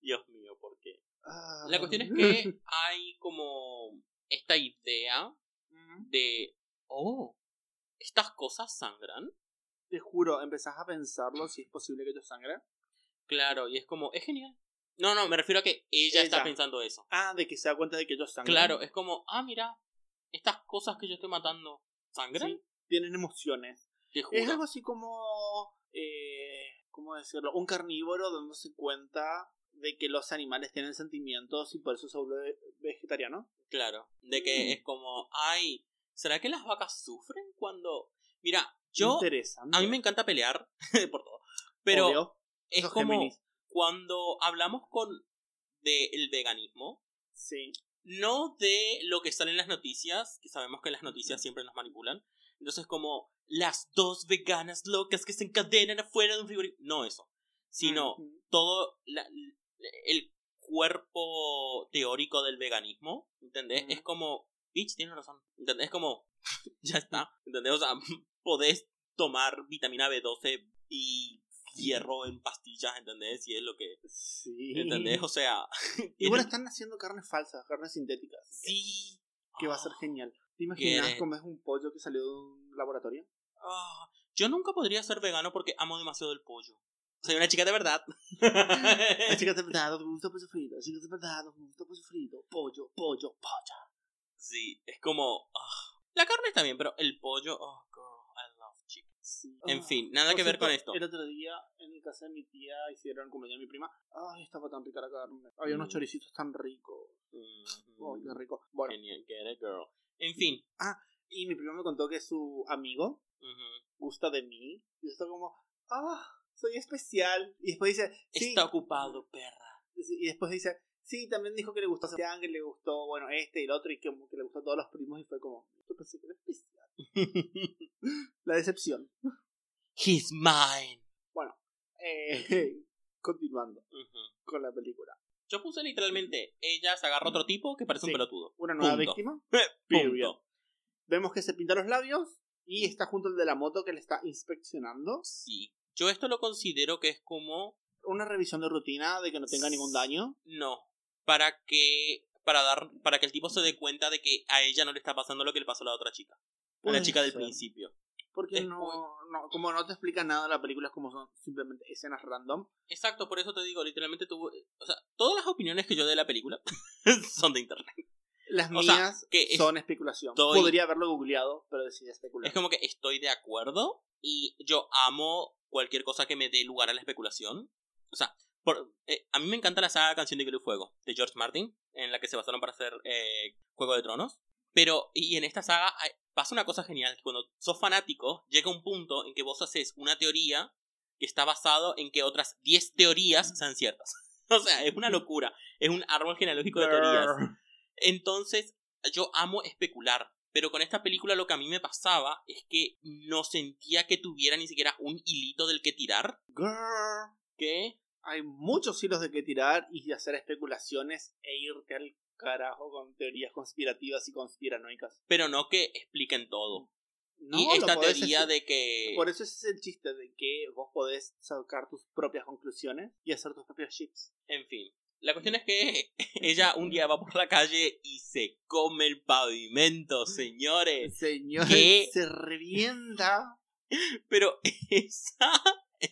C: Dios mío, ¿por qué?
B: Ah.
C: La cuestión es que hay como esta idea
B: Ujú.
C: de, oh, estas cosas sangran.
B: Te juro, empezás a pensarlo si es posible que yo sangre.
C: Claro, y es como, es genial. No, no, me refiero a que ella, está
B: Ella.
C: pensando eso.
B: Ah, de que se da cuenta de que yo sangre.
C: Claro, es como, ah, mira, estas cosas que yo estoy matando, ¿sangran?
B: Sí, tienen emociones.
C: Te
B: Es algo
C: juro.
B: así como. eh, ¿Cómo decirlo? Un carnívoro dándose cuenta de que los animales tienen sentimientos y por eso se vuelve vegetariano.
C: Claro, de que es como, ay, ¿será que las vacas sufren cuando... Mira, yo...
B: Interesante.
C: A mí me encanta pelear por todo, pero
B: Obvio.
C: es
B: Sos
C: como
B: Géminis.
C: cuando hablamos con del veganismo,
B: Sí.
C: no de lo que sale en las noticias, que sabemos que las noticias siempre nos manipulan. Entonces, como las dos veganas locas que se encadenan afuera de un frigorífico. No eso, sino
B: Ujú.
C: todo la- el cuerpo teórico del veganismo, ¿entendés?
B: Ujú.
C: Es como, bitch, tienes razón, ¿entendés? Es como, ya está, ¿entendés? O sea, podés tomar vitamina B12 y hierro en pastillas, ¿entendés? Y es lo que,
B: Sí.
C: ¿entendés? O sea,
B: Y bueno, están haciendo carnes falsas, carnes sintéticas.
C: sí.
B: Que va a ser genial. ¿Te
C: Get
B: imaginas
C: it.
B: cómo es un pollo que salió de un laboratorio?
C: Ah, yo nunca podría ser vegano porque amo demasiado el pollo. Soy una chica de verdad.
B: Las chicas de verdad, me gusta pollo frito. Las chicas de verdad, me gusta pollo frito. Pollo, pollo, pollo.
C: Sí, es como. ah, La carne está bien, pero el pollo. Oh, girl, I love chicken. En
B: Ah.
C: fin, nada
B: Por
C: que ver
B: cierto,
C: con esto.
B: El otro día en casa de mi tía hicieron cumpleaños de mi prima. Ay, estaba tan rica la carne. Había unos
C: Mm.
B: choricitos tan ricos. Ay, Oh, qué
C: Mm,
B: rico. Bueno,
C: genial, get it, girl. En fin.
B: y mi prima me contó que su amigo
C: ujú,
B: gusta de mí. Y yo estaba como, ah, soy especial. Y después dice, sí.
C: Está ocupado, perra.
B: Y después dice, sí, también dijo que le gustó Sebastián, que le gustó, bueno, este y el otro, y que, que le gustó a todos los primos. Y fue como, yo pensé que era especial. La decepción.
C: He's mine.
B: Eh, continuando
C: Ujú.
B: con la película.
C: Yo puse literalmente. Ella se agarra otro tipo que parece
B: Sí.
C: un pelotudo.
B: Una nueva
C: Punto.
B: víctima. Period.
C: Punto.
B: Vemos que se pinta los labios y está junto al de la moto que le está inspeccionando.
C: Sí. Yo esto lo considero que es como.
B: Una revisión de rutina de que no tenga ningún daño.
C: No. Para que. Para dar. Para que el tipo se dé cuenta de que a ella no le está pasando lo que le pasó a la otra chica. A la
B: Puede
C: chica del
B: ser.
C: principio.
B: Porque
C: Es
B: no,
C: muy-
B: no- como no te explica nada la película, es como son simplemente escenas random.
C: Exacto, por eso te digo, literalmente tuvo. O sea, todas las opiniones que yo dé de la película son de internet.
B: Las
C: O sea,
B: mías
C: que es-
B: son especulación.
C: estoy-
B: Podría haberlo googleado, pero decidí especular.
C: Es como que estoy de acuerdo y yo amo cualquier cosa que me dé lugar a la especulación. O sea, Por- eh, a mí me encanta la saga Canción de Hielo y Fuego de George Martin, en la que se basaron para hacer eh, Juego de Tronos. Pero, y en esta saga hay- pasa una cosa genial, que cuando sos fanático, llega un punto en que vos haces una teoría que está basado en que otras 10 teorías sean ciertas. O sea, es una locura. Es un árbol genealógico de teorías. Entonces, yo amo especular. Pero con esta película lo que a mí me pasaba es que no sentía que tuviera ni siquiera un hilito del que tirar.
B: Girl.
C: Que
B: hay muchos hilos de qué tirar y de hacer especulaciones e irte al carajo con teorías conspirativas y conspiranoicas.
C: pero no que expliquen todo.
B: No,
C: y esta
B: lo podés
C: teoría
B: hacer-
C: de que...
B: Por eso ese es el chiste de que vos podés sacar tus propias conclusiones y hacer tus propios chips.
C: En fin. La cuestión es que ella un día va por la calle y se come el pavimento, señores.
B: Señor,
C: Eh, ¿Qué?
B: se revienta.
C: Pero esa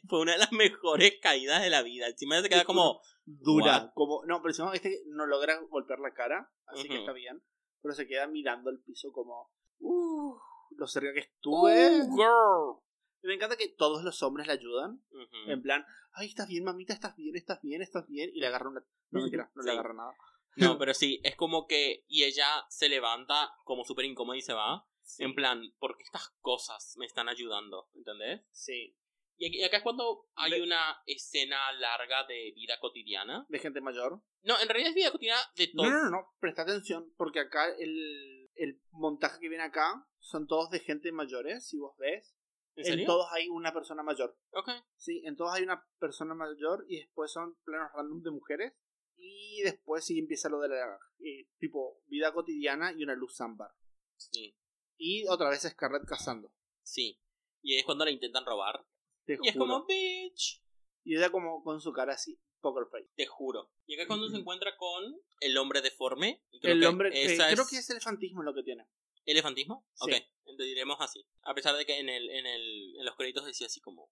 C: fue una de las mejores caídas de la vida. Encima se queda como...
B: Dura.
C: What?
B: Como, no, pero si no, este no logra golpear la cara, así que
C: Ujú.
B: está bien. Pero se queda mirando el piso como... "Uh, lo cerca que estuve.
C: "Uh, girl".
B: Me encanta que todos los hombres le ayudan.
C: Ujú.
B: En plan, ay, estás bien, mamita, estás bien, estás bien, estás bien. Y le agarra una. No, mentira, no le
C: Sí.
B: agarra nada.
C: No, pero sí, es como que. Y ella se levanta como súper incómoda y se va. En plan, porque estas cosas me están ayudando, ¿entendés?
B: Sí,
C: Y aquí- y acá es cuando hay
B: Ve-
C: una escena larga de vida cotidiana.
B: de gente mayor.
C: No, en realidad es vida cotidiana de
B: No,
C: todo.
B: no, no, no, presta atención, porque acá el, el montaje que viene acá son todos de gente mayores, si vos ves.
C: ¿En serio?
B: todos hay una persona mayor.
C: Ok.
B: Sí, en todos hay una persona mayor y después son planos random de mujeres. Y después sí empieza lo de la. eh, tipo, vida cotidiana y una luz ámbar.
C: Sí,
B: Y otra vez Scarlett cazando.
C: sí. Y es cuando la intentan robar.
B: Te
C: Y es
B: juro.
C: como, bitch.
B: Y ella como con su cara así, poker face.
C: Te juro. Y acá es cuando se encuentra con el hombre deforme. Y creo
B: El
C: que
B: hombre, eh,
C: esa
B: creo que es elefantismo lo que tiene.
C: ¿Elefantismo?
B: Sí.
C: Ok, entonces diremos así. A pesar de que en, el, en, el, en los créditos decía así como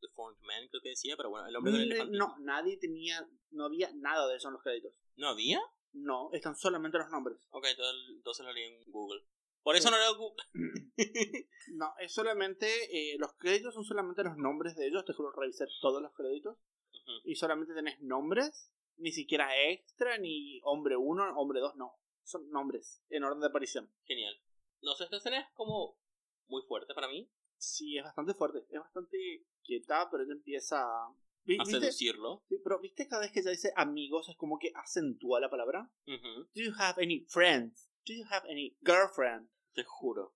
C: The Formed Man, creo que decía, pero bueno, el hombre con el
B: Ni-
C: elefantismo.
B: Mm, No, nadie tenía, no había nada de eso en los créditos.
C: ¿No había?
B: No, están solamente los nombres.
C: Ok, entonces, entonces lo leí en Google. Por eso
B: Sí.
C: no leo Google.
B: No, es solamente, eh, los créditos son solamente los nombres de ellos, te juro, revisé todos los créditos.
C: Ujú.
B: Y solamente tenés nombres, ni siquiera extra, ni hombre 1, hombre 2, no. Son nombres, en orden de aparición.
C: Genial. No sé, esta escena es como muy fuerte para mí.
B: Sí, es bastante fuerte, es bastante quieta, pero ella empieza a... ¿Vi-
C: A
B: ¿Viste?
C: seducirlo.
B: Sí, pero viste cada vez que ella dice amigos es como que acentúa la palabra.
C: Ujú,
B: Do you have any friends? Do you have any girlfriend?
C: Te juro.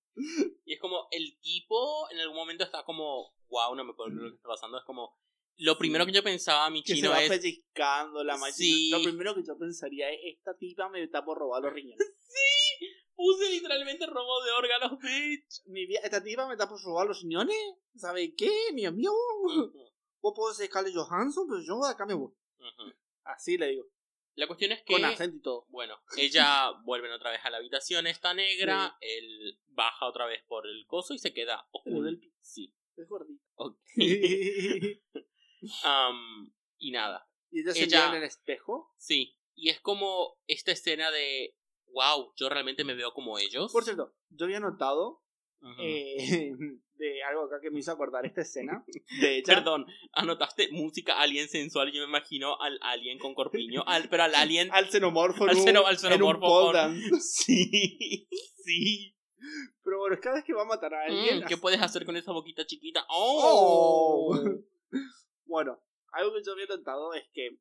C: Y es como el tipo en algún momento está como, wow, no me puedo creer lo que está pasando. Es como, lo primero que yo pensaba, mi
B: Que se
C: chino,
B: va
C: es
B: pellizcando la maíz.
C: Sí.
B: Lo primero que yo pensaría es, esta tipa me está por robar los riñones.
C: puse literalmente robo de órganos, bitch.
B: Mi vida, esta tipa me está por robar los riñones. ¿Sabe qué, mi amigo?
C: Ujú,
B: Vos podés ser Scarlett Johansson, pero yo de acá me voy.
C: ujú.
B: Así le digo,
C: La cuestión es que...
B: con acento y todo.
C: Bueno, ella vuelven otra vez a la habitación esta negra, él baja otra vez por el coso y se queda oscuro.
B: Pero
C: Sí.
B: Es gordito.
C: Ok.
B: y
C: Am, y nada.
B: ella se
C: Ella-
B: mira en el espejo.
C: Sí. Y es como esta escena de wow, yo realmente me veo como ellos.
B: Por cierto, yo había notado
C: Ujú.
B: eh, de algo acá que me hizo acordar esta escena. De ella.
C: Perdón, anotaste música alien sensual y yo me imagino al alien con corpiño, al, pero al alien
B: Al xenomorfo. en
C: Al
B: un-
C: xeno- al
B: en un
C: xenomorfo
B: pole
C: con-
B: dance.
C: sí, sí.
B: Pero bueno, cada vez que va a matar a alguien.
C: Mm, ¿Qué
B: así-
C: puedes hacer con esa boquita chiquita?
B: ¡Oh!
C: Oh.
B: bueno, algo que yo había tentado es que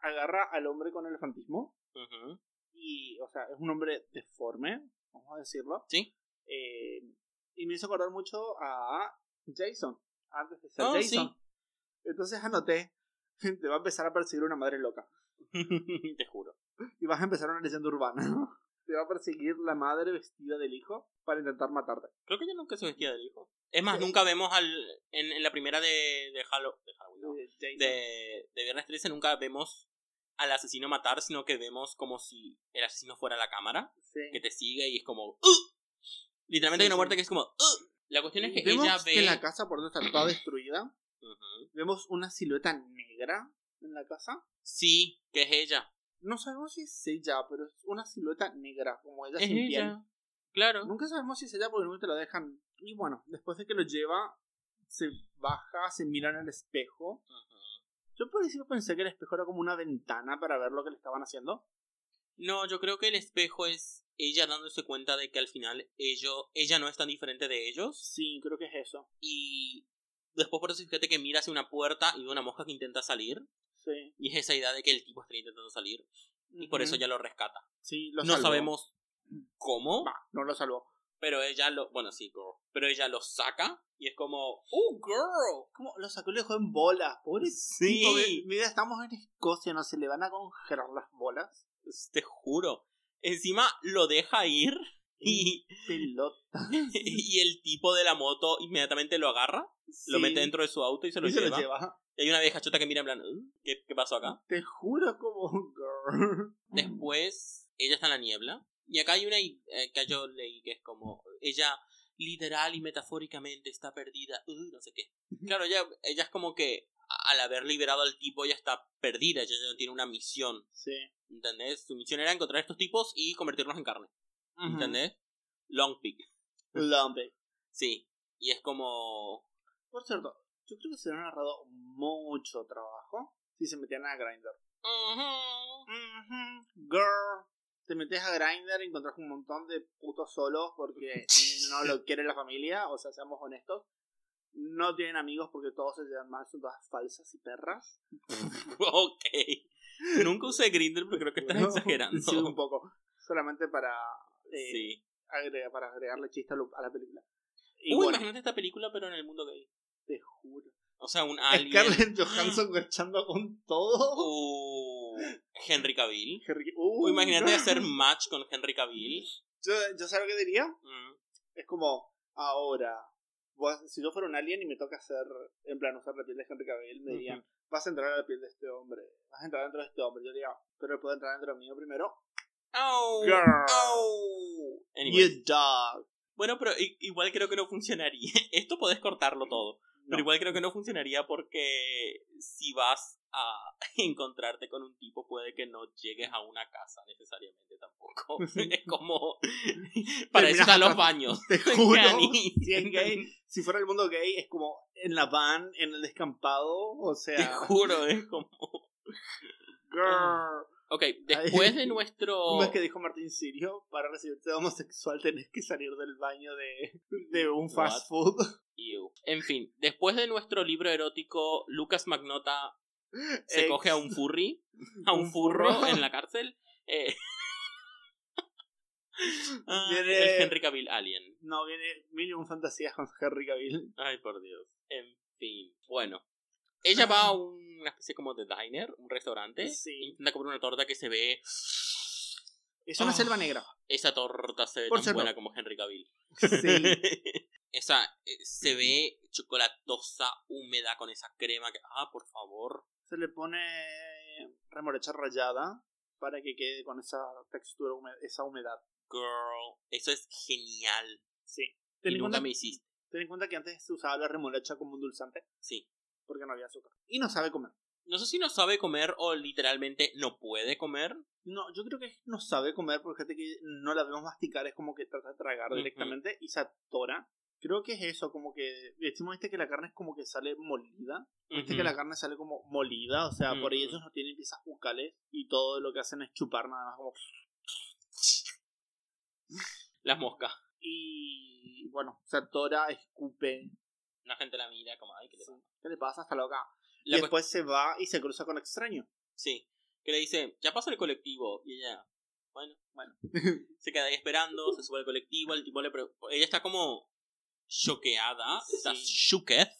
B: agarra al hombre con elefantismo.
C: Ujú.
B: Y, o sea, es un hombre deforme, vamos a decirlo.
C: Sí.
B: Eh, y me hizo acordar mucho a Jason, antes de ser
C: Oh,
B: Jason. Entonces anoté, te va a empezar a perseguir una madre loca.
C: sí. Te juro.
B: Y vas a empezar una leyenda urbana. te va a perseguir la madre vestida del hijo para intentar matarte.
C: Creo que ella nunca se vestía del hijo. Es más, nunca vemos al. En, en la primera de, de Halo- de Halloween, no,
B: Eh, Jason.
C: de, de Viernes 13, nunca vemos al asesino matar, sino que vemos como si el asesino fuera la cámara,
B: Sí.
C: que te sigue y es como. "Ugh". Literalmente
B: Sí,
C: hay una
B: sí.
C: muerte que es como. "Ugh". La cuestión es que
B: Vemos
C: ella ve.
B: que la casa por dentro está toda destruida.
C: Ujú.
B: Vemos una silueta negra en la casa.
C: Sí, que es ella.
B: No sabemos si es ella, pero es una silueta negra, como ella
C: Es
B: sin
C: ella. Claro.
B: piel. Nunca sabemos si es ella porque nunca te lo dejan. Y bueno, después de que lo lleva, se baja, se mira en el espejo
C: Ujú.
B: Yo por principio pensé que el espejo era como una ventana para ver lo que le estaban haciendo.
C: No, yo creo que el espejo es ella dándose cuenta de que al final ello- ella no es tan diferente de ellos.
B: Sí, creo que es eso.
C: Y después por eso fíjate que mira hacia una puerta y ve una mosca que intenta salir.
B: Sí.
C: Y es esa idea de que el tipo está intentando salir. Y por eso
B: Ujú.
C: ya lo rescata.
B: Sí, lo
C: no
B: salvó.
C: sabemos cómo,
B: Va, no lo salvó.
C: pero ella lo. Bueno, sí, girl. Pero ella lo saca y es como. ¡Uh, girl!
B: ¿Cómo? Lo sacó y lo dejó en bolas. Pobre
C: Sí.
B: tipo, mi- Mira, estamos en Escocia, no se le van a congelar las bolas.
C: Te juro. Encima lo deja ir y,
B: Pelota.
C: y el tipo de la moto inmediatamente lo agarra, lo
B: Sí.
C: mete dentro de su auto y se lo,
B: Y
C: lleva.
B: lleva.
C: Y hay una vieja chota que mira en plan, "Uh, ¿qué, qué pasó acá?
B: Te juro como girl.
C: Después, ella está en la niebla. Y acá hay una i- eh, que yo leí que es como, ella literal y metafóricamente está perdida, uh, no sé qué. Claro, ella, ella es como que a- al haber liberado al tipo, ella está perdida, ella ya no tiene una misión.
B: Sí.
C: ¿Entendés? Su misión era encontrar a estos tipos y convertirlos en carne. ¿Entendés? Long pick.
B: Lambe.
C: Sí. Y es como.
B: Por cierto, yo creo que se le han agarrado mucho trabajo si se metían a Grindr. Girl. Te metes a Grindr y encontrás un montón de putos solos porque no lo quiere la familia. O sea, seamos honestos. No tienen amigos porque todos se llevan mal, son todas falsas y perras.
C: ok. Nunca usé Grindr, pero creo que estás
B: Bueno,
C: exagerando.
B: Sí, un poco. Solamente para, eh,
C: Sí.
B: agregar, para agregarle chiste a, lo- a la película. Y
C: Uy,
B: bueno,
C: imagínate esta película, pero en el mundo gay.
B: te juro.
C: O sea, un alien.
B: Scarlett Johansson marchando con todo.
C: Uh, Henry Cavill.
B: Henry- uh,
C: O imagínate
B: no.
C: hacer match con Henry Cavill.
B: Yo, yo sé lo que diría.
C: Mm.
B: Es como, ahora, vos- si yo fuera un alien y me toca hacer, en plan, usar la piel de Henry Cavill, me
C: mm,
B: dirían, vas a entrar a la piel de este hombre, vas a entrar dentro de este hombre. Yo diría, pero él puede entrar dentro mío primero.
C: Au,
B: Girl.
C: au. Anyway.
B: You dog.
C: Bueno, pero i- igual creo que no funcionaría. Esto podés cortarlo todo.
B: No.
C: Pero igual creo que no funcionaría porque si vas a encontrarte con un tipo puede que no llegues a una casa necesariamente tampoco. es como... Para eso
B: Terminas
C: están los
B: atrás.
C: baños.
B: Te juro.
C: Cani.
B: si, es gay- si fuera el mundo gay, es como en la van, en el descampado, o
C: Te
B: sea,
C: juro, es como...
B: girl.
C: Ok, después de nuestro...
B: ¿Cómo es que dijo Martín Sirio? Para recibirte de homosexual tenés que salir del baño de, de un fast food.
C: Ew. En fin, después de nuestro libro erótico, Lucas Magnota se
B: Ex.
C: coge a un furry, a un
B: Un furro.
C: furro en la cárcel. Eh. Ah,
B: Viene-
C: el Henry Cavill Alien.
B: No, viene Minimum Fantasías con Henry Cavill.
C: Ay, por Dios. En fin, bueno. Ella va a una especie como de diner, un restaurante.
B: Sí.
C: Intenta comer una torta que se ve.
B: Es una
C: Ah.
B: selva negra.
C: Esa torta se ve
B: Por
C: tan
B: cierto.
C: buena como Henry Cavill.
B: Sí.
C: esa eh, se ve chocolatosa, húmeda con esa crema que. Ah, por favor.
B: Se le pone remorecha rallada para que quede con esa textura, hume- esa humedad.
C: Girl, eso es genial.
B: Sí. Ten
C: Y
B: en,
C: nunca
B: cuenta,
C: me hiciste.
B: ten en cuenta que antes se usaba la remolacha como un dulzante
C: Sí.
B: porque no había azúcar. Y no sabe comer.
C: No sé si no sabe comer o literalmente no puede comer.
B: No, yo creo que no sabe comer porque fíjate que no la vemos masticar, es como que trata de tragar
C: Ujú.
B: directamente y se atora. Creo que es eso, como que decimos viste que la carne es como que sale molida, viste que la carne sale como molida, o sea, por ahí
C: Ujú.
B: ellos no tienen piezas bucales y todo lo que hacen es chupar nada más como
C: Las moscas.
B: y bueno, se atora, escupe,
C: La gente la mira como, ay, ¿qué le pasa?
B: ¿qué le pasa? Está loca. Y
C: La cuest-
B: después se va y se cruza con extraño.
C: Sí. Que le dice, ya pasa el colectivo. Y ella, bueno, bueno. se queda ahí esperando, se sube al colectivo. El tipo le pre- Ella está como choqueada. Está
B: Sí.
C: shooketh.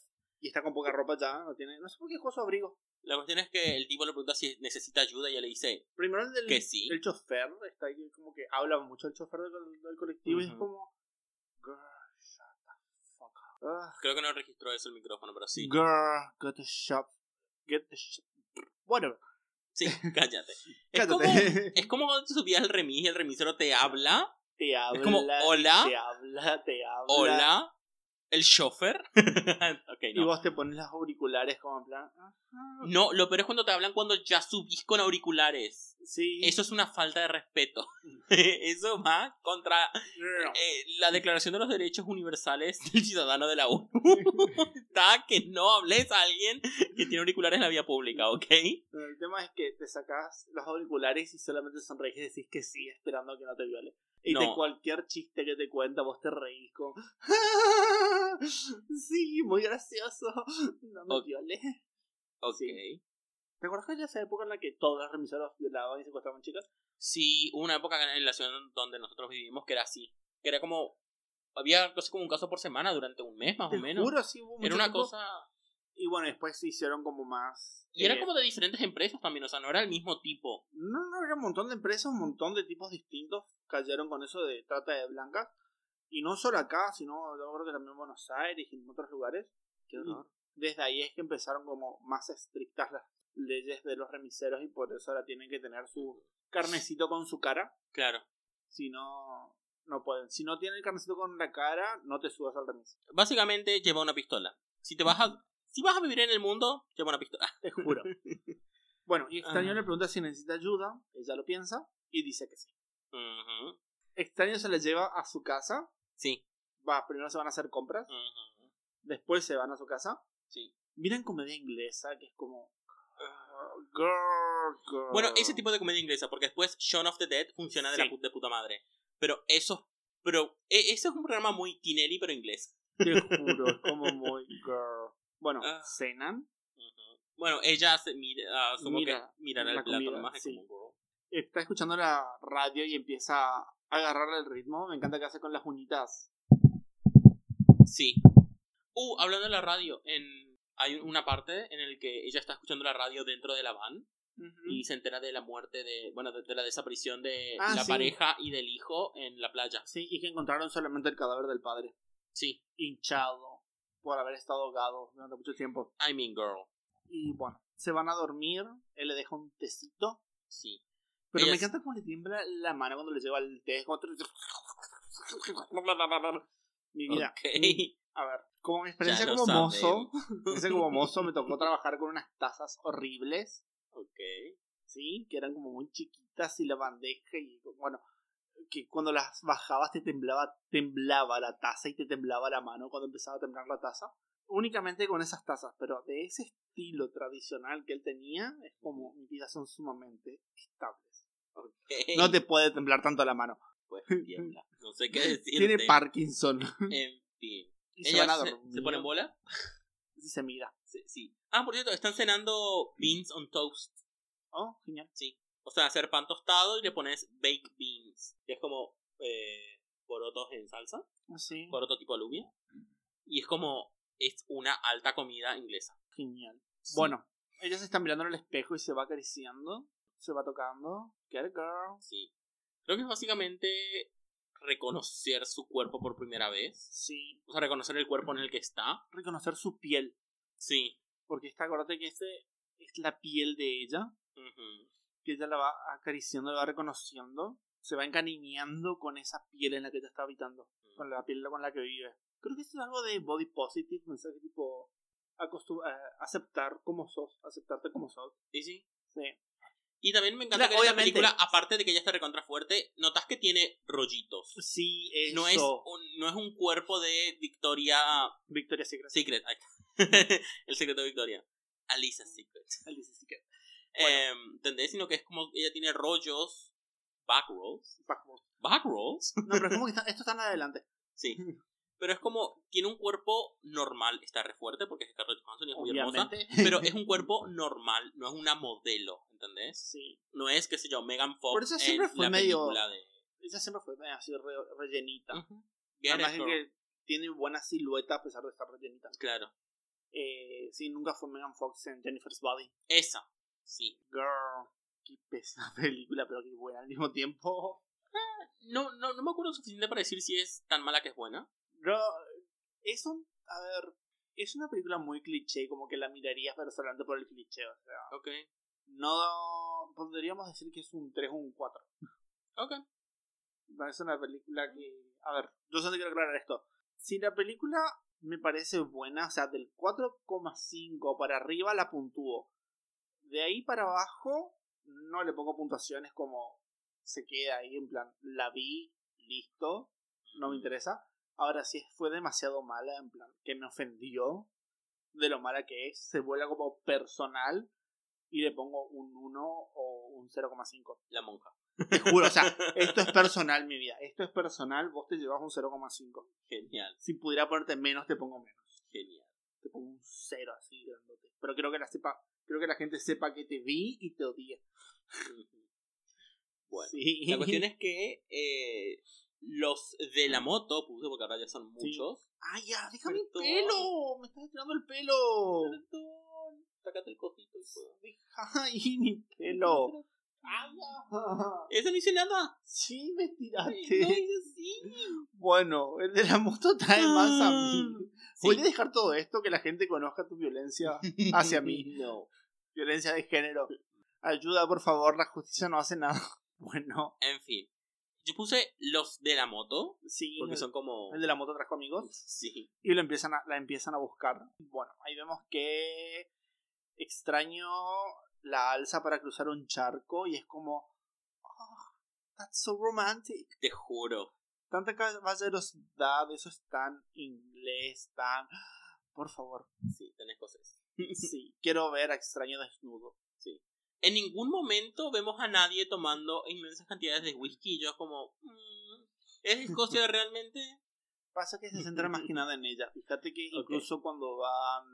B: Y está con poca ropa ya, no tiene, no sé por qué dejó su abrigo.
C: La cuestión es que el tipo le pregunta si necesita ayuda y ella le dice,
B: Primero el del,
C: Que sí.
B: el chofer, está ahí como que habla mucho el chofer del, del colectivo y es
C: Ujú.
B: como. Girl, shut the fuck up. Ah,
C: creo que no registró eso el micrófono, pero sí.
B: Girl, get the shop. Get the shop. Whatever.
C: Sí, cállate. Es como,
B: Cállate.
C: es como cuando te subías al remis y el remisero te habla.
B: Te habla.
C: como, hola.
B: Te habla, te habla.
C: Hola. el chofer. ok,
B: Y
C: no.
B: vos te pones los auriculares como en plan. "Ajá".
C: No, lo peor es cuando te hablan cuando ya subís con auriculares.
B: Sí.
C: Eso es una falta de respeto. Eso va contra
B: No, no.
C: eh, la Declaración de los Derechos Universales del Ciudadano de la ONU. Está que no hables a alguien que tiene auriculares en la vía pública, ¿ok?
B: Pero El tema es que te sacas los auriculares y solamente sonreís y decís que sí, esperando que no te viole. Y de
C: No.
B: cualquier chiste que te cuenta, vos te reís como. sí, muy gracioso. No me
C: Ok.
B: viole.
C: Ok.
B: Sí. ¿Te acuerdas de esa época en la que todos los remiseros violaban y secuestraban chicas?
C: Sí, hubo una época acá en la ciudad donde nosotros vivimos que era así. Que era como. Había algo así como un caso por semana durante un mes más o
B: Te
C: menos.
B: juro, sí, hubo
C: Era
B: mucho
C: una
B: tiempo.
C: cosa.
B: Y bueno, después se hicieron como más.
C: Y era
B: eh,
C: como de diferentes empresas también, o sea, no era el mismo tipo.
B: No, no, era un montón de empresas, un montón de tipos distintos cayeron con eso de trata de blancas. Y no solo acá, sino yo creo que también en Buenos Aires y en otros lugares.
C: Qué horror.
B: Y Desde ahí es que empezaron como más estrictas las leyes de los remiseros y por eso ahora tienen que tener su carnecito con su cara.
C: Claro.
B: Si no, no pueden. Si no tienen el carnecito con la cara, no te subas al remis.
C: Básicamente lleva una pistola. Si te vas a. Si vas a vivir en el mundo, lleva una pistola.
B: Te juro. bueno, y extraño
C: Ah.
B: le pregunta si necesita ayuda. Ella lo piensa y dice que sí.
C: Ujú.
B: Extraño se la lleva a su casa
C: Sí.
B: va, primero se van a hacer compras,
C: Ujú.
B: después se van a su casa.
C: Sí.
B: Miren comedia inglesa, que es como. Ah, Girl, girl.
C: Bueno, ese tipo de comedia inglesa, porque después Shaun of the Dead funciona de la
B: Sí.
C: pu- de puta madre. Pero eso. Pero e- ese es un programa muy Tinelli, pero inglés.
B: Te juro, es como muy girl. Bueno,
C: Ah.
B: cenan.
C: Ujú. Bueno, ella se mira, asumo
B: Mira,
C: que mirará
B: la
C: el plato
B: comida,
C: nomás. es
B: sí.
C: como-
B: Está escuchando la radio y empieza a agarrarle el ritmo. Me encanta que hace con las uñitas.
C: Sí. Uh, hablando de la radio, en... hay una parte en el que ella está escuchando la radio dentro de la van y se entera de la muerte de, bueno, de, de la desaparición de
B: Ah,
C: la
B: sí.
C: pareja y del hijo en la playa.
B: Sí, y que encontraron solamente el cadáver del padre,
C: Sí,
B: hinchado por haber estado ahogado durante mucho tiempo.
C: I mean girl.
B: Y bueno, se van a dormir. Él le deja un tecito.
C: Sí.
B: Pero me
C: Ellas-
B: encanta cómo le tiembla la mano cuando le lleva el té. es como- Mi vida.
C: Ok.
B: mi- A ver, como mi experiencia
C: Ya lo
B: como mozo,
C: sabemos.
B: mi experiencia como mozo me tocó trabajar con unas tazas horribles,
C: Ok.
B: ¿sí? Que eran como muy chiquitas y la bandeja y bueno, que cuando las bajabas te temblaba, temblaba la taza y te temblaba la mano cuando empezaba a temblar la taza. Únicamente con esas tazas, pero de ese estilo tradicional que él tenía, es como mis vidas son sumamente estables. No te puede temblar tanto la mano.
C: Pues, tiembla. No sé qué decir.
B: Tiene Parkinson.
C: En fin.
B: Y se
C: Ellas
B: van a
C: se-
B: dormir.
C: se ponen bola.
B: Y se mira.
C: Sí, sí. Ah, por cierto, están cenando beans on toast.
B: Oh, genial.
C: O sea, hacer pan tostado y le pones baked beans. Que es como eh, porotos en salsa.
B: Ah, Sí.
C: Poroto tipo alubia. Y es como. Es una alta comida inglesa.
B: Genial.
C: Sí.
B: Bueno, ella se está mirando en el espejo y se va acariciando. Se va tocando. Get it, girl.
C: Sí. Creo que es básicamente reconocer su cuerpo por primera vez.
B: Sí.
C: O sea, reconocer el cuerpo en el que está.
B: Reconocer su piel.
C: Sí.
B: Porque está, acordate que este es la piel de ella.
C: Ujú.
B: Que ella la va acariciando, la va reconociendo. Se va encariñando con esa piel en la que ella está habitando.
C: Mm.
B: Con la piel con la que vive. Creo que eso es algo de body positive. Mensaje tipo. acostum- eh, aceptar como sos. Aceptarte como sos.
C: Sí, sí.
B: Sí.
C: Y también me encanta
B: Claro,
C: que en esta
B: obviamente.
C: película, aparte de que ya está recontra fuerte, notas que tiene rollitos.
B: Sí, eso.
C: No es, un, no es un cuerpo de Victoria
B: Victoria Secret.
C: Secret. ahí está. el secreto de Victoria. Alisa Secret.
B: Alicia Secret.
C: Eh, ¿Entendés? Sino que es como ella tiene rollos. Back rolls.
B: Backbone.
C: Back rolls.
B: No, pero es como que está- esto está en adelante.
C: Sí. Pero es como. Tiene un cuerpo normal. Está re fuerte porque es Scarlett Johansson y es muy hermosa.
B: Obviamente.
C: Pero es un cuerpo normal. No es una modelo. ¿Entendés?
B: Sí.
C: No es, qué sé yo, Megan Fox.
B: Por eso siempre
C: en
B: fue
C: la
B: medio-
C: película de.
B: Ella siempre fue medio así re- rellenita.
C: Ujú. Get
B: Además
C: it,
B: es
C: girl.
B: que tiene buena silueta a pesar de estar rellenita.
C: Claro.
B: Eh, sí, nunca fue Megan Fox en Jennifer's Body.
C: Esa. Sí.
B: Girl. Qué pesada película, pero qué buena al mismo tiempo.
C: No, no, no me acuerdo suficiente para decir si es tan mala que es buena.
B: Girl. Es un. A ver. Es una película muy cliché, como que la mirarías, pero solamente por el cliché. O sea,
C: Ok.
B: no. Podríamos decir que es un 3 o un 4.
C: Ok.
B: No, Es una película que. A ver, yo solo quiero aclarar esto. Si la película me parece buena. O sea, del 4,5 para arriba la puntúo. De ahí para abajo no le pongo puntuaciones como se queda ahí en plan, la vi, listo, no me interesa. Ahora sí fue demasiado mala, en plan, que me ofendió de lo mala que es, se vuela como personal y le pongo un 1 o un 0,5.
C: La monja.
B: Te juro, o sea, esto es personal, mi vida. Esto es personal, vos te llevas un 0,5.
C: Genial,
B: Si pudiera ponerte menos, te pongo menos.
C: genial.
B: Te pongo un 0 así, grandote. Pero creo que la sepa, creo que la gente sepa que te vi y te odié.
C: Bueno,
B: Sí.
C: la cuestión es que eh, los de la moto, puse porque ahora ya son
B: Sí.
C: muchos.
B: ¡Ay, ya! ¡Déjame el
C: Perdón.
B: pelo! ¡Me estás estirando el pelo!
C: Perdón, sacate el cosito y puedo.
B: ¡Ay, mi pelo!
C: ¡Ay, ya!
B: Ah,
C: ¡Eso no hice nada!
B: Sí, me
C: ¡No hice
B: tiraste.
C: así!
B: Bueno, el de la moto trae más a mí.
C: Ah. Sí.
B: Voy a dejar todo esto que la gente conozca tu violencia hacia mí.
C: No.
B: Violencia de género. Ayuda, por favor, la justicia no hace nada. Bueno,
C: En fin. Yo puse los de la moto,
B: sí.
C: porque son como...
B: El de la moto trajo amigos.
C: Sí.
B: y lo empiezan a, la empiezan a buscar. Bueno, ahí vemos que extraño la alza para cruzar un charco y es como, "Oh, that's so romantic.
C: Te juro.
B: Tanta caballerosidad, eso es tan inglés, tan... Por favor,
C: Sí, tenés cosas.
B: sí, quiero ver a extraño desnudo.
C: En ningún momento vemos a nadie tomando inmensas cantidades de whisky. Yo como... mm, ¿Es Escocia realmente?
B: Pasa que se centra más que nada en ella. Fíjate que incluso cuando van,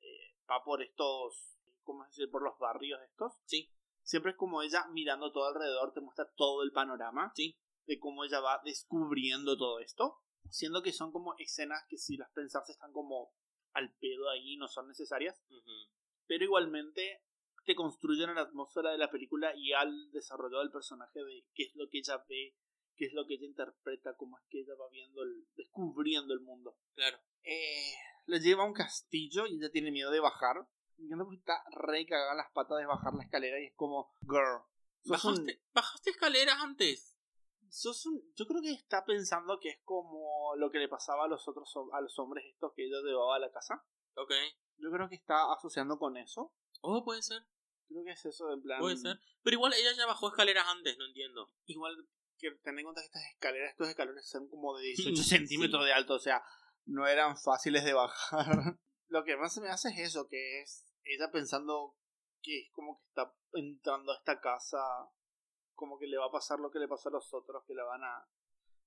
B: eh, va por estos, ¿cómo se dice? Por los barrios estos.
C: Sí.
B: Siempre es como ella mirando todo alrededor, te muestra todo el panorama.
C: Sí.
B: De cómo ella va descubriendo todo esto. Siendo que son como escenas que si las pensás están como al pedo ahí, no son necesarias.
C: Ujú.
B: Pero igualmente te construyen a la atmósfera de la película y al desarrollo del personaje de qué es lo que ella ve, qué es lo que ella interpreta, cómo es que ella va viendo, el- descubriendo el mundo.
C: Claro.
B: Eh, la lleva a un castillo y ella tiene miedo de bajar. Y anda porque está re cagada en las patas de bajar la escalera y es como, girl. Sos un-
C: Bajaste, bajaste escaleras antes.
B: sos un- yo creo que está pensando que es como lo que le pasaba a los otros hom- a los hombres estos que ella llevaba a la casa.
C: Ok.
B: Yo creo que está asociando con eso.
C: Oh, puede ser.
B: Creo que es eso en plan.
C: Puede ser. Pero igual ella ya bajó escaleras antes, no entiendo.
B: Igual que tener en cuenta que estas escaleras, estos escalones son como de 18
C: Sí.
B: centímetros de alto, o sea, no eran fáciles de bajar. Lo que más se me hace es eso, que es ella pensando que es como que está entrando a esta casa, como que le va a pasar lo que le pasó a los otros, que la van a,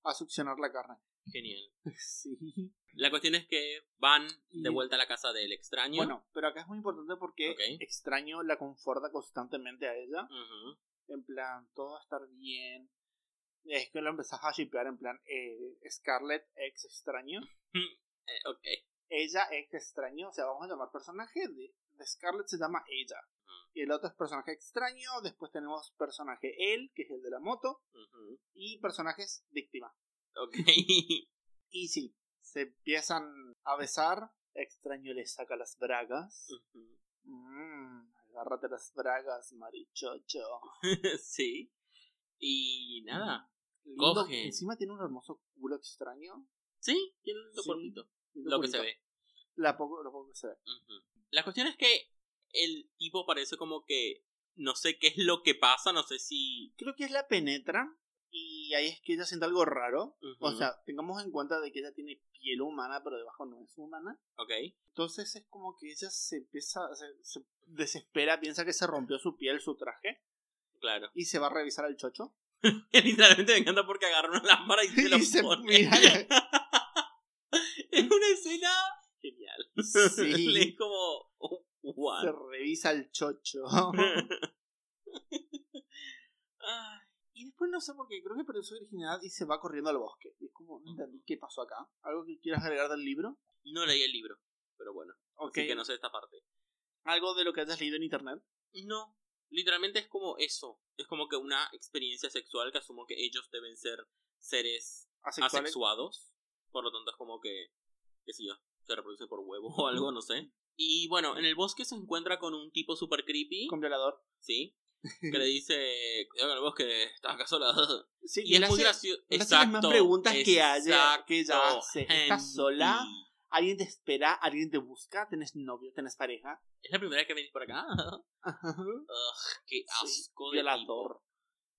B: a succionar la carne.
C: Genial.
B: Sí.
C: La cuestión es que van de
B: Y-
C: vuelta a la casa del extraño.
B: Bueno, pero acá es muy importante porque
C: Ok.
B: extraño la conforta constantemente a ella.
C: Ujú.
B: En plan, todo va a estar bien. Es que lo empezás a shipear en plan, eh, Scarlett ex extraño.
C: Eh, ok.
B: Ella ex extraño, o sea, vamos a llamar personaje de, de Scarlett se llama ella.
C: Mm.
B: Y el otro es personaje extraño, después tenemos personaje él, que es el de la moto,
C: Ujú.
B: y personajes víctima.
C: Ok.
B: Y sí, se empiezan a besar, extraño le saca las bragas.
C: Ujú.
B: Mmm, agárrate las bragas, marichocho.
C: sí. Y nada.
B: Lindo,
C: Cogen.
B: Encima tiene un hermoso culo extraño.
C: Sí, tiene un lindo
B: Sí.
C: cuerpito. Lo que se
B: Bonito.
C: ve.
B: La poco, lo poco que se ve.
C: Ujú. La cuestión es que el tipo parece como que no sé qué es lo que pasa, no sé si.
B: Creo que es la penetra. Y ahí es que ella siente algo raro.
C: Ujú.
B: O sea, tengamos en cuenta de que ella tiene piel humana, pero debajo no es humana.
C: Ok.
B: Entonces es como que ella se empieza, se, se desespera, piensa que se rompió su piel, su traje,
C: Claro.
B: y se va a revisar al chocho.
C: Literalmente me encanta porque agarra una lámpara y se lo
B: Y se
C: pone.
B: mira.
C: es una escena genial.
B: Sí.
C: es como. oh, what?
B: Se revisa al chocho.
C: Ay,
B: y después no sé por qué, creo que perdió su virginidad y se va corriendo al bosque. Y es como, no entendí qué pasó acá. ¿Algo que quieras agregar del libro?
C: no leí el libro, pero bueno.
B: Ok.
C: Así que no sé esta parte.
B: Algo de lo que hayas leído en internet.
C: No, literalmente es como eso. Es como que una experiencia sexual que asumo que ellos deben ser seres
B: Asexuales.
C: asexuados. Por lo tanto, es como que, qué sé yo, se reproduce por huevo o algo, no sé. Y bueno, en el bosque se encuentra con un tipo super creepy,
B: Con violador.
C: ¿sí? Que le dice, cuidado con el bosque, estás acá sola.
B: Sí,
C: Y, es
B: él
C: muy
B: hace-
C: gracioso.
B: él hace las más preguntas que haya- que ella hace.
C: exacto,
B: ¿Estás sola?
C: gente.
B: Alguien te espera, alguien te busca, tenés novio, tenés pareja.
C: Es la primera vez que venís por acá.
B: Ajá.
C: Ugh, qué asco de tipo.
B: Violador.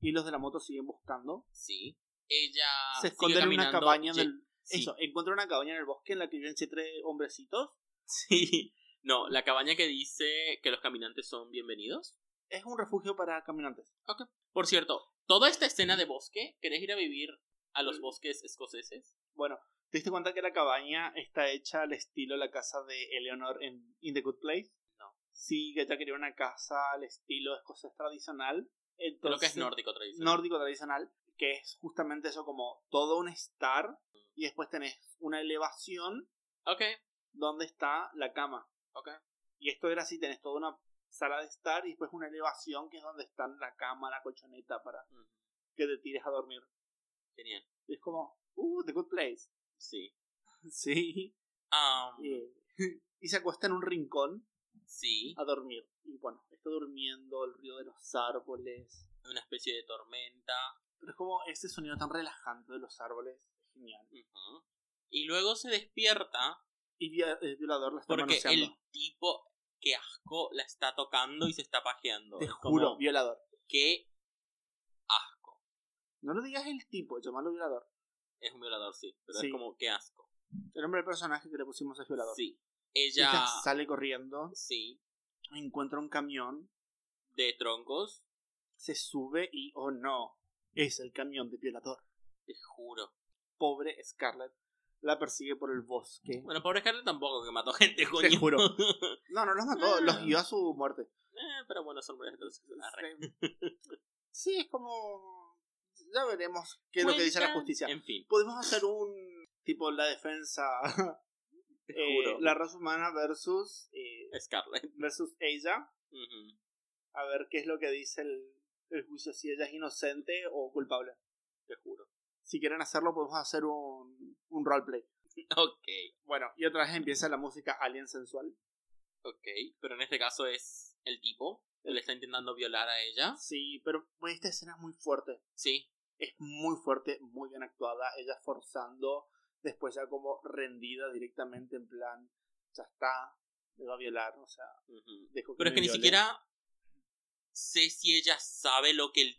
B: Y los de la moto siguen buscando.
C: Sí. Ella
B: se
C: siguió
B: esconden en una
C: Ah, caminando,
B: cabaña en
C: lle-
B: el...
C: Sí.
B: Eso, encuentran una cabaña en el bosque en la que viven siete hombrecitos.
C: Sí. No, la cabaña que dice que los caminantes son bienvenidos.
B: Es un refugio para caminantes.
C: Por cierto, toda esta escena de bosque, ¿querés ir a vivir a
B: Mm.
C: los bosques escoceses?
B: Bueno, ¿te diste cuenta que la cabaña está hecha al estilo la casa de Eleanor en In the Good Place? No. Sí, que ella quería una casa al estilo escocés tradicional. Entonces,
C: Creo que es nórdico tradicional.
B: nórdico tradicional, que es justamente eso como todo un estar
C: Mm.
B: y después tenés una elevación
C: ok,
B: donde está la cama.
C: ok.
B: Y esto era así, tenés toda una sala de estar y después una elevación que es donde están la cama, la colchoneta para
C: Mm,
B: que te tires a dormir.
C: Genial.
B: Y es como, uh, the good place.
C: Sí.
B: Sí.
C: Am,
B: Eh, y se acuesta en un rincón
C: sí.
B: a dormir. Y bueno, está durmiendo, el río de los árboles.
C: Una especie de tormenta.
B: Pero es como ese sonido tan relajante de los árboles. Genial.
C: Ujú. Y luego se despierta
B: Y via- el violador la está
C: Porque
B: manoseando.
C: el tipo, que asco, la está tocando y se está pajeando.
B: Te
C: Es como,
B: juro, violador.
C: Qué asco.
B: No lo digas el tipo, llamarlo violador.
C: Es un violador, sí. Pero
B: Sí.
C: es como, qué asco.
B: El nombre del personaje que le pusimos es violador.
C: Sí.
B: Ella
C: Ella,
B: sale corriendo,
C: sí,
B: encuentra un camión,
C: de troncos,
B: se sube y, oh no, es el camión de violador.
C: te juro.
B: Pobre Scarlett la persigue por el bosque.
C: Bueno, pobre Scarlett tampoco, que mató gente, coño.
B: juro.
C: Eh,
B: No, no los mató,
C: Ah.
B: los guió a su muerte.
C: Eh, pero bueno, son hombres heterosexuales. Arre.
B: Sí, es como. Ya veremos qué es lo que dice la
C: Cuentan-
B: justicia.
C: En fin,
B: Podemos hacer un. Tipo, la defensa.
C: te
B: eh,
C: juro.
B: la raza humana versus. eh,
C: Scarlett.
B: versus ella.
C: Ujú.
B: a ver qué es lo que dice el, el juicio, si ella es inocente o culpable.
C: Te juro.
B: Si quieren hacerlo, podemos hacer un, un roleplay.
C: Ok,
B: Bueno, y otra vez empieza la música Alien Sensual.
C: ok. Pero en este caso es el tipo. Él está intentando violar a ella.
B: Sí, pero pues, esta escena es muy fuerte.
C: Sí,
B: Es muy fuerte, muy bien actuada. Ella forzando, después ya como rendida directamente, en plan, ya está, me va a violar, o sea,
C: Ujú.
B: dejo que
C: Pero es
B: me
C: que ni
B: viole.
C: siquiera sé si ella sabe lo que el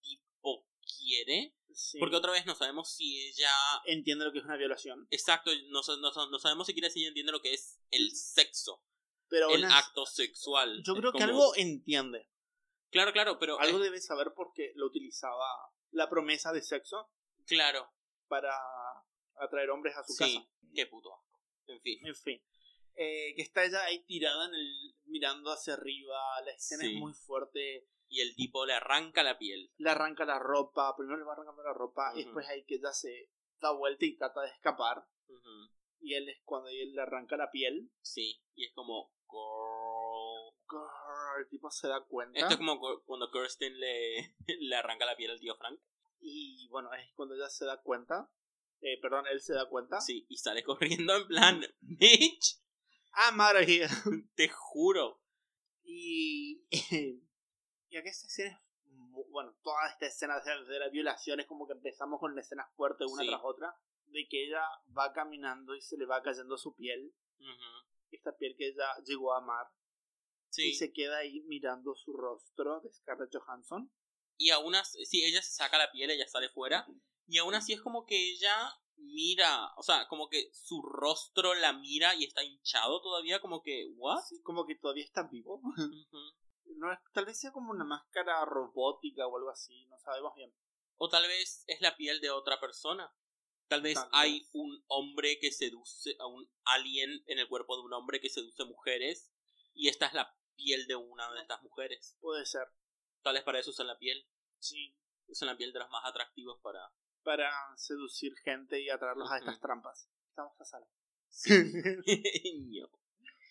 C: tipo quiere.
B: Sí.
C: Porque otra vez no sabemos si ella.
B: Entiende lo que es una violación.
C: Exacto, no, sa- no sa- no sabemos siquiera si ella entiende lo que es el sexo,
B: Pero
C: el
B: aún así,
C: acto sexual.
B: yo
C: Es
B: creo que
C: como-
B: algo entiende.
C: Claro, claro, pero.
B: Algo
C: es-
B: debe saber porque lo utilizaba la promesa de sexo
C: Claro,
B: para atraer hombres a su
C: sí.
B: casa.
C: Qué puto asco. En fin.
B: En fin. Eh, que está ella ahí tirada en el, mirando hacia arriba. La escena
C: Sí.
B: es muy fuerte.
C: Y el tipo le arranca la piel.
B: Le arranca la ropa. Primero le va arrancando la ropa.
C: Ujú.
B: Después ahí que ella se da vuelta y trata de escapar.
C: Ujú.
B: Y él es cuando él le arranca la piel.
C: Sí, y es como. "Girl".
B: grrr, El tipo se da cuenta.
C: Esto es como cu- cuando Kirsten le, le arranca la piel al tío Frank.
B: Y bueno, es cuando ella se da cuenta. Eh, perdón, él se da cuenta.
C: Sí, y sale corriendo en plan. Bitch.
B: I'm out of here.
C: Te juro.
B: Y. y acá esta escena. es mu- Bueno, toda esta escena de de la violación es como que empezamos con escenas fuertes una
C: Sí.
B: tras otra. De que ella va caminando y se le va cayendo su piel. Esta piel que ella llegó a amar.
C: Sí.
B: Y se queda ahí mirando su rostro de Scarlett Johansson.
C: Y aún así, sí, ella se saca la piel, ella sale fuera. Y aún así es como que ella mira, o sea, como que su rostro la mira y está hinchado todavía, como que, ¿what?
B: Así como que todavía está vivo.
C: Ujú.
B: No, es- tal vez sea como una máscara robótica o algo así. No sabemos bien.
C: O tal vez es la piel de otra persona. Tal vez
B: Tal vez.
C: hay un hombre que seduce a un alien en el cuerpo de un hombre que seduce mujeres. Y esta es la piel de una de estas mujeres.
B: Puede ser.
C: Tal vez para eso usan la piel.
B: Sí.
C: Usan la piel de los más atractivos para...
B: Para seducir gente y atraerlos a estas
C: Ujú.
B: trampas. Estamos a salvo.
C: Ño.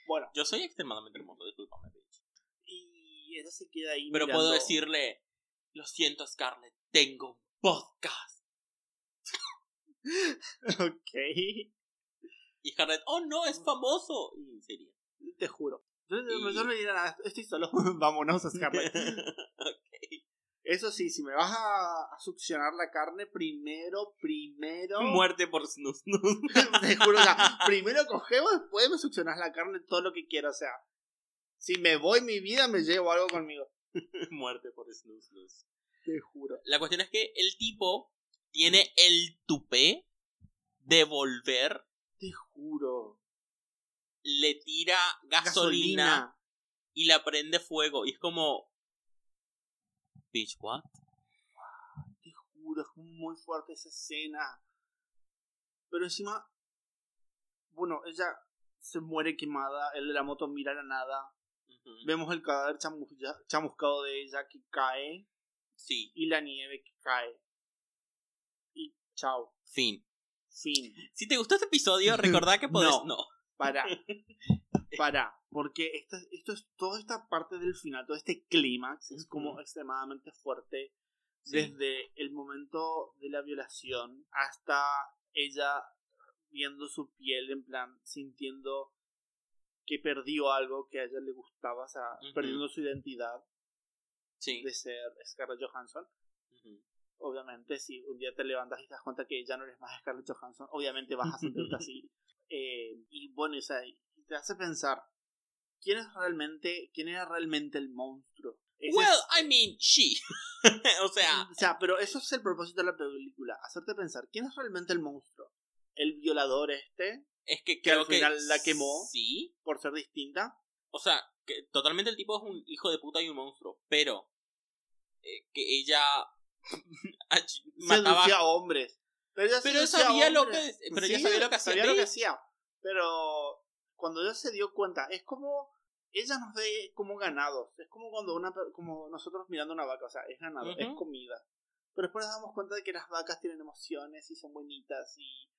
B: Bueno.
C: Yo soy extremadamente hermoso, discúlpame, bitch.
B: Y ella se queda ahí.
C: Pero
B: mirando.
C: puedo decirle, lo siento, Scarlett, tengo un podcast.
B: Ok.
C: Y Scarlett, oh no, es famoso. Y sería.
B: Te juro. Yo, yo-
C: Y-
B: yo no le diré nada. Estoy solo. Vámonos, Scarlett.
C: ok.
B: Eso sí, si me vas a, a succionar la carne, primero, primero.
C: Muerte por snus. snus.
B: Te juro, o sea, primero cogemos, después me succionas la carne todo lo que quiera. O sea, si me voy mi vida, me llevo algo conmigo.
C: Muerte por snus. snus.
B: Te juro.
C: La cuestión es que el tipo tiene el tupé de volver,
B: Te juro.
C: le tira gasolina, y la prende fuego. Y es como. Bitch, what?
B: Te juro, es muy fuerte esa escena. Pero encima, bueno, ella se muere quemada, el de la moto mira a la nada.
C: Ujú.
B: Vemos el cadáver chamulla- chamuscado de ella que cae
C: Sí,
B: y la nieve que cae. Y chao,
C: fin.
B: fin.
C: Si te gustó este episodio, recordá que podés.
B: No.
C: No.
B: Para, para, porque esto, esto es toda esta parte del final, todo este clímax es como extremadamente fuerte.
C: Sí.
B: desde el momento de la violación hasta ella viendo su piel en plan sintiendo que perdió algo que a ella le gustaba, o sea,
C: Ujú.
B: perdiendo su identidad
C: Sí.
B: de ser Scarlett Johansson.
C: Ujú.
B: Obviamente, si un día te levantas y te das cuenta que ya no eres más Scarlett Johansson, obviamente vas a sentirte así. Eh, y bueno, o sea, y te hace pensar quién es realmente, quién era realmente el monstruo. Ese
C: Well,
B: es-
C: I mean, she. o sea,
B: o sea, pero eso es el propósito de la película, hacerte pensar quién es realmente el monstruo. El violador este,
C: es que
B: Que al
C: creo que.
B: final la quemó.
C: Sí.
B: por ser distinta,
C: O sea, que totalmente el tipo es un hijo de puta y un monstruo. Pero. eh, que ella. ach- mataba.
B: seducía a hombres. Pero ella
C: Pero
B: seducía a
C: sabía lo
B: hombres.
C: que- pero ella sabía lo que hacía,
B: sabía lo que
C: ¿ves?
B: hacía. Pero cuando ella se dio cuenta, es como ella nos ve como ganados, es como cuando una per- como nosotros mirando una vaca, o sea, es ganado,
C: Ujú.
B: es comida. Pero después nos damos cuenta de que las vacas tienen emociones y son bonitas y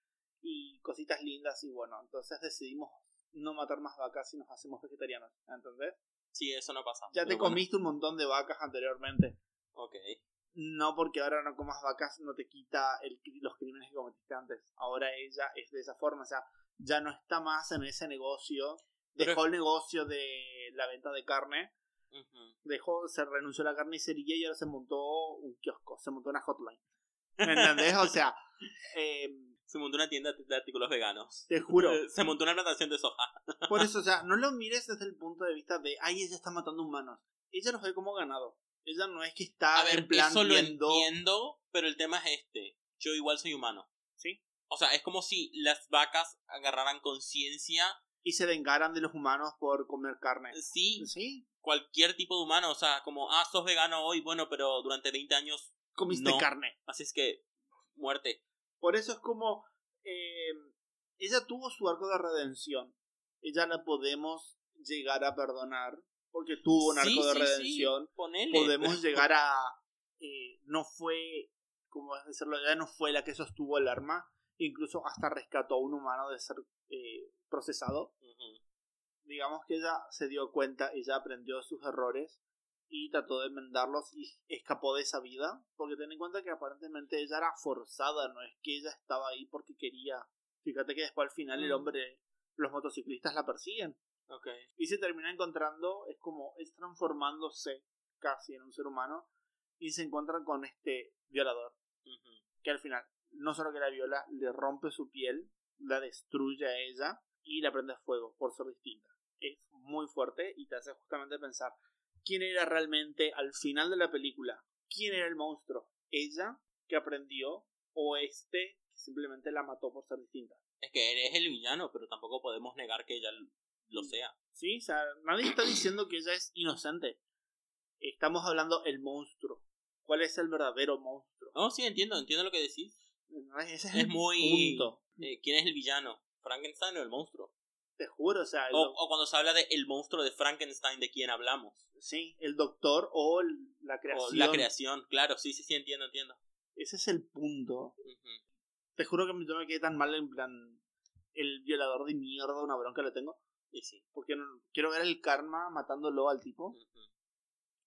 B: y cositas lindas y bueno, entonces decidimos no matar más vacas y nos hacemos vegetarianos, ¿entendés?
C: Sí, eso no pasa.
B: Ya te
C: Pero bueno,
B: comiste un montón de vacas anteriormente.
C: Ok.
B: No porque ahora no comas vacas no te quita el cri- los crímenes que cometiste antes. Ahora ella es de esa forma, o sea, ya no está más en ese negocio. Dejó
C: Pero-
B: el negocio de la venta de carne,
C: Ujú.
B: dejó, se renunció a la carnicería y ahora se montó un kiosco, se montó una hotline. ¿Me entendés? O sea, eh,
C: Se montó una tienda de artículos veganos.
B: te juro.
C: Eh, Se montó una plantación de soja.
B: Por eso, o sea, no lo mires desde el punto de vista de, ay, ella está matando humanos. Ella los ve como ganado. Ella no es que está
C: A ver,
B: en plan
C: eso lo
B: viendo-
C: entiendo, pero el tema es este. Yo igual soy humano.
B: Sí.
C: O sea, es como si las vacas agarraran conciencia.
B: y se vengaran de los humanos por comer carne.
C: Sí,
B: Sí,
C: cualquier tipo de humano. O sea, como, ah, sos vegano hoy, bueno, pero durante 20 años.
B: comiste
C: No.
B: carne.
C: Así es que, muerte.
B: Por eso es como, eh, ella tuvo su arco de redención. Ella la podemos llegar a perdonar porque tuvo un arco
C: Sí,
B: de
C: sí, sí,
B: redención.
C: Ponele.
B: Podemos llegar a... eh, no fue, como es decirlo, ella no fue la que sostuvo el arma. Incluso hasta rescató a un humano de ser eh, procesado.
C: Ujú.
B: digamos que ella se dio cuenta, ella aprendió de sus errores y trató de enmendarlos y escapó de esa vida, porque ten en cuenta que aparentemente ella era forzada, no es que ella estaba ahí porque quería. Fíjate que después al final el
C: Mm.
B: hombre, los motociclistas la persiguen
C: Ok.
B: y se termina encontrando, es como, es transformándose casi en un ser humano y se encuentra con este violador,
C: Ujú.
B: que al final no solo que la viola, le rompe su piel, la destruye a ella y la prende fuego por ser distinta. Es muy fuerte y te hace justamente pensar quién era realmente al final de la película, quién era el monstruo, ella que aprendió o este que simplemente la mató por ser distinta.
C: Es que eres el villano, pero tampoco podemos negar que ella lo sea.
B: Sí, o sea, nadie está diciendo que ella es inocente. Estamos hablando el monstruo. ¿Cuál es el verdadero monstruo?
C: No, sí, entiendo, entiendo lo que decís.
B: Ese es,
C: Es
B: el
C: muy-
B: punto.
C: Eh, ¿Quién es el villano? ¿Frankenstein o el monstruo?
B: Te juro, o sea, el
C: O, o cuando se habla de el monstruo de Frankenstein de quien hablamos.
B: Sí, el doctor o el- la
C: O
B: creación.
C: la creación, claro, sí, sí, sí, entiendo, entiendo.
B: Ese es el punto.
C: Ujú.
B: Te juro que yo me quedé tan mal en plan. El violador de mierda, una bronca le tengo.
C: Y sí.
B: Porque no- quiero ver el karma matándolo al tipo.
C: ujú.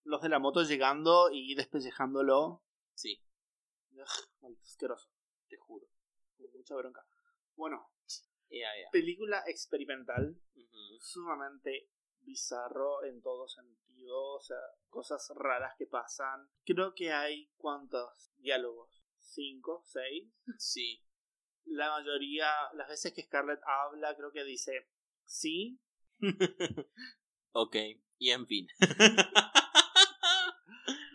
B: Los de la moto llegando y despellejándolo.
C: Sí,
B: Maldito Asqueroso.
C: te juro.
B: Mucha bronca. Bueno,
C: Ea, ea.
B: película experimental.
C: Ujú.
B: Sumamente bizarro en todo sentido. sentido, o sea, cosas raras que pasan. Creo que hay cuántos diálogos, cinco, seis.
C: Sí.
B: La mayoría, las veces que Scarlett habla, creo que dice sí.
C: Ok. Y en fin.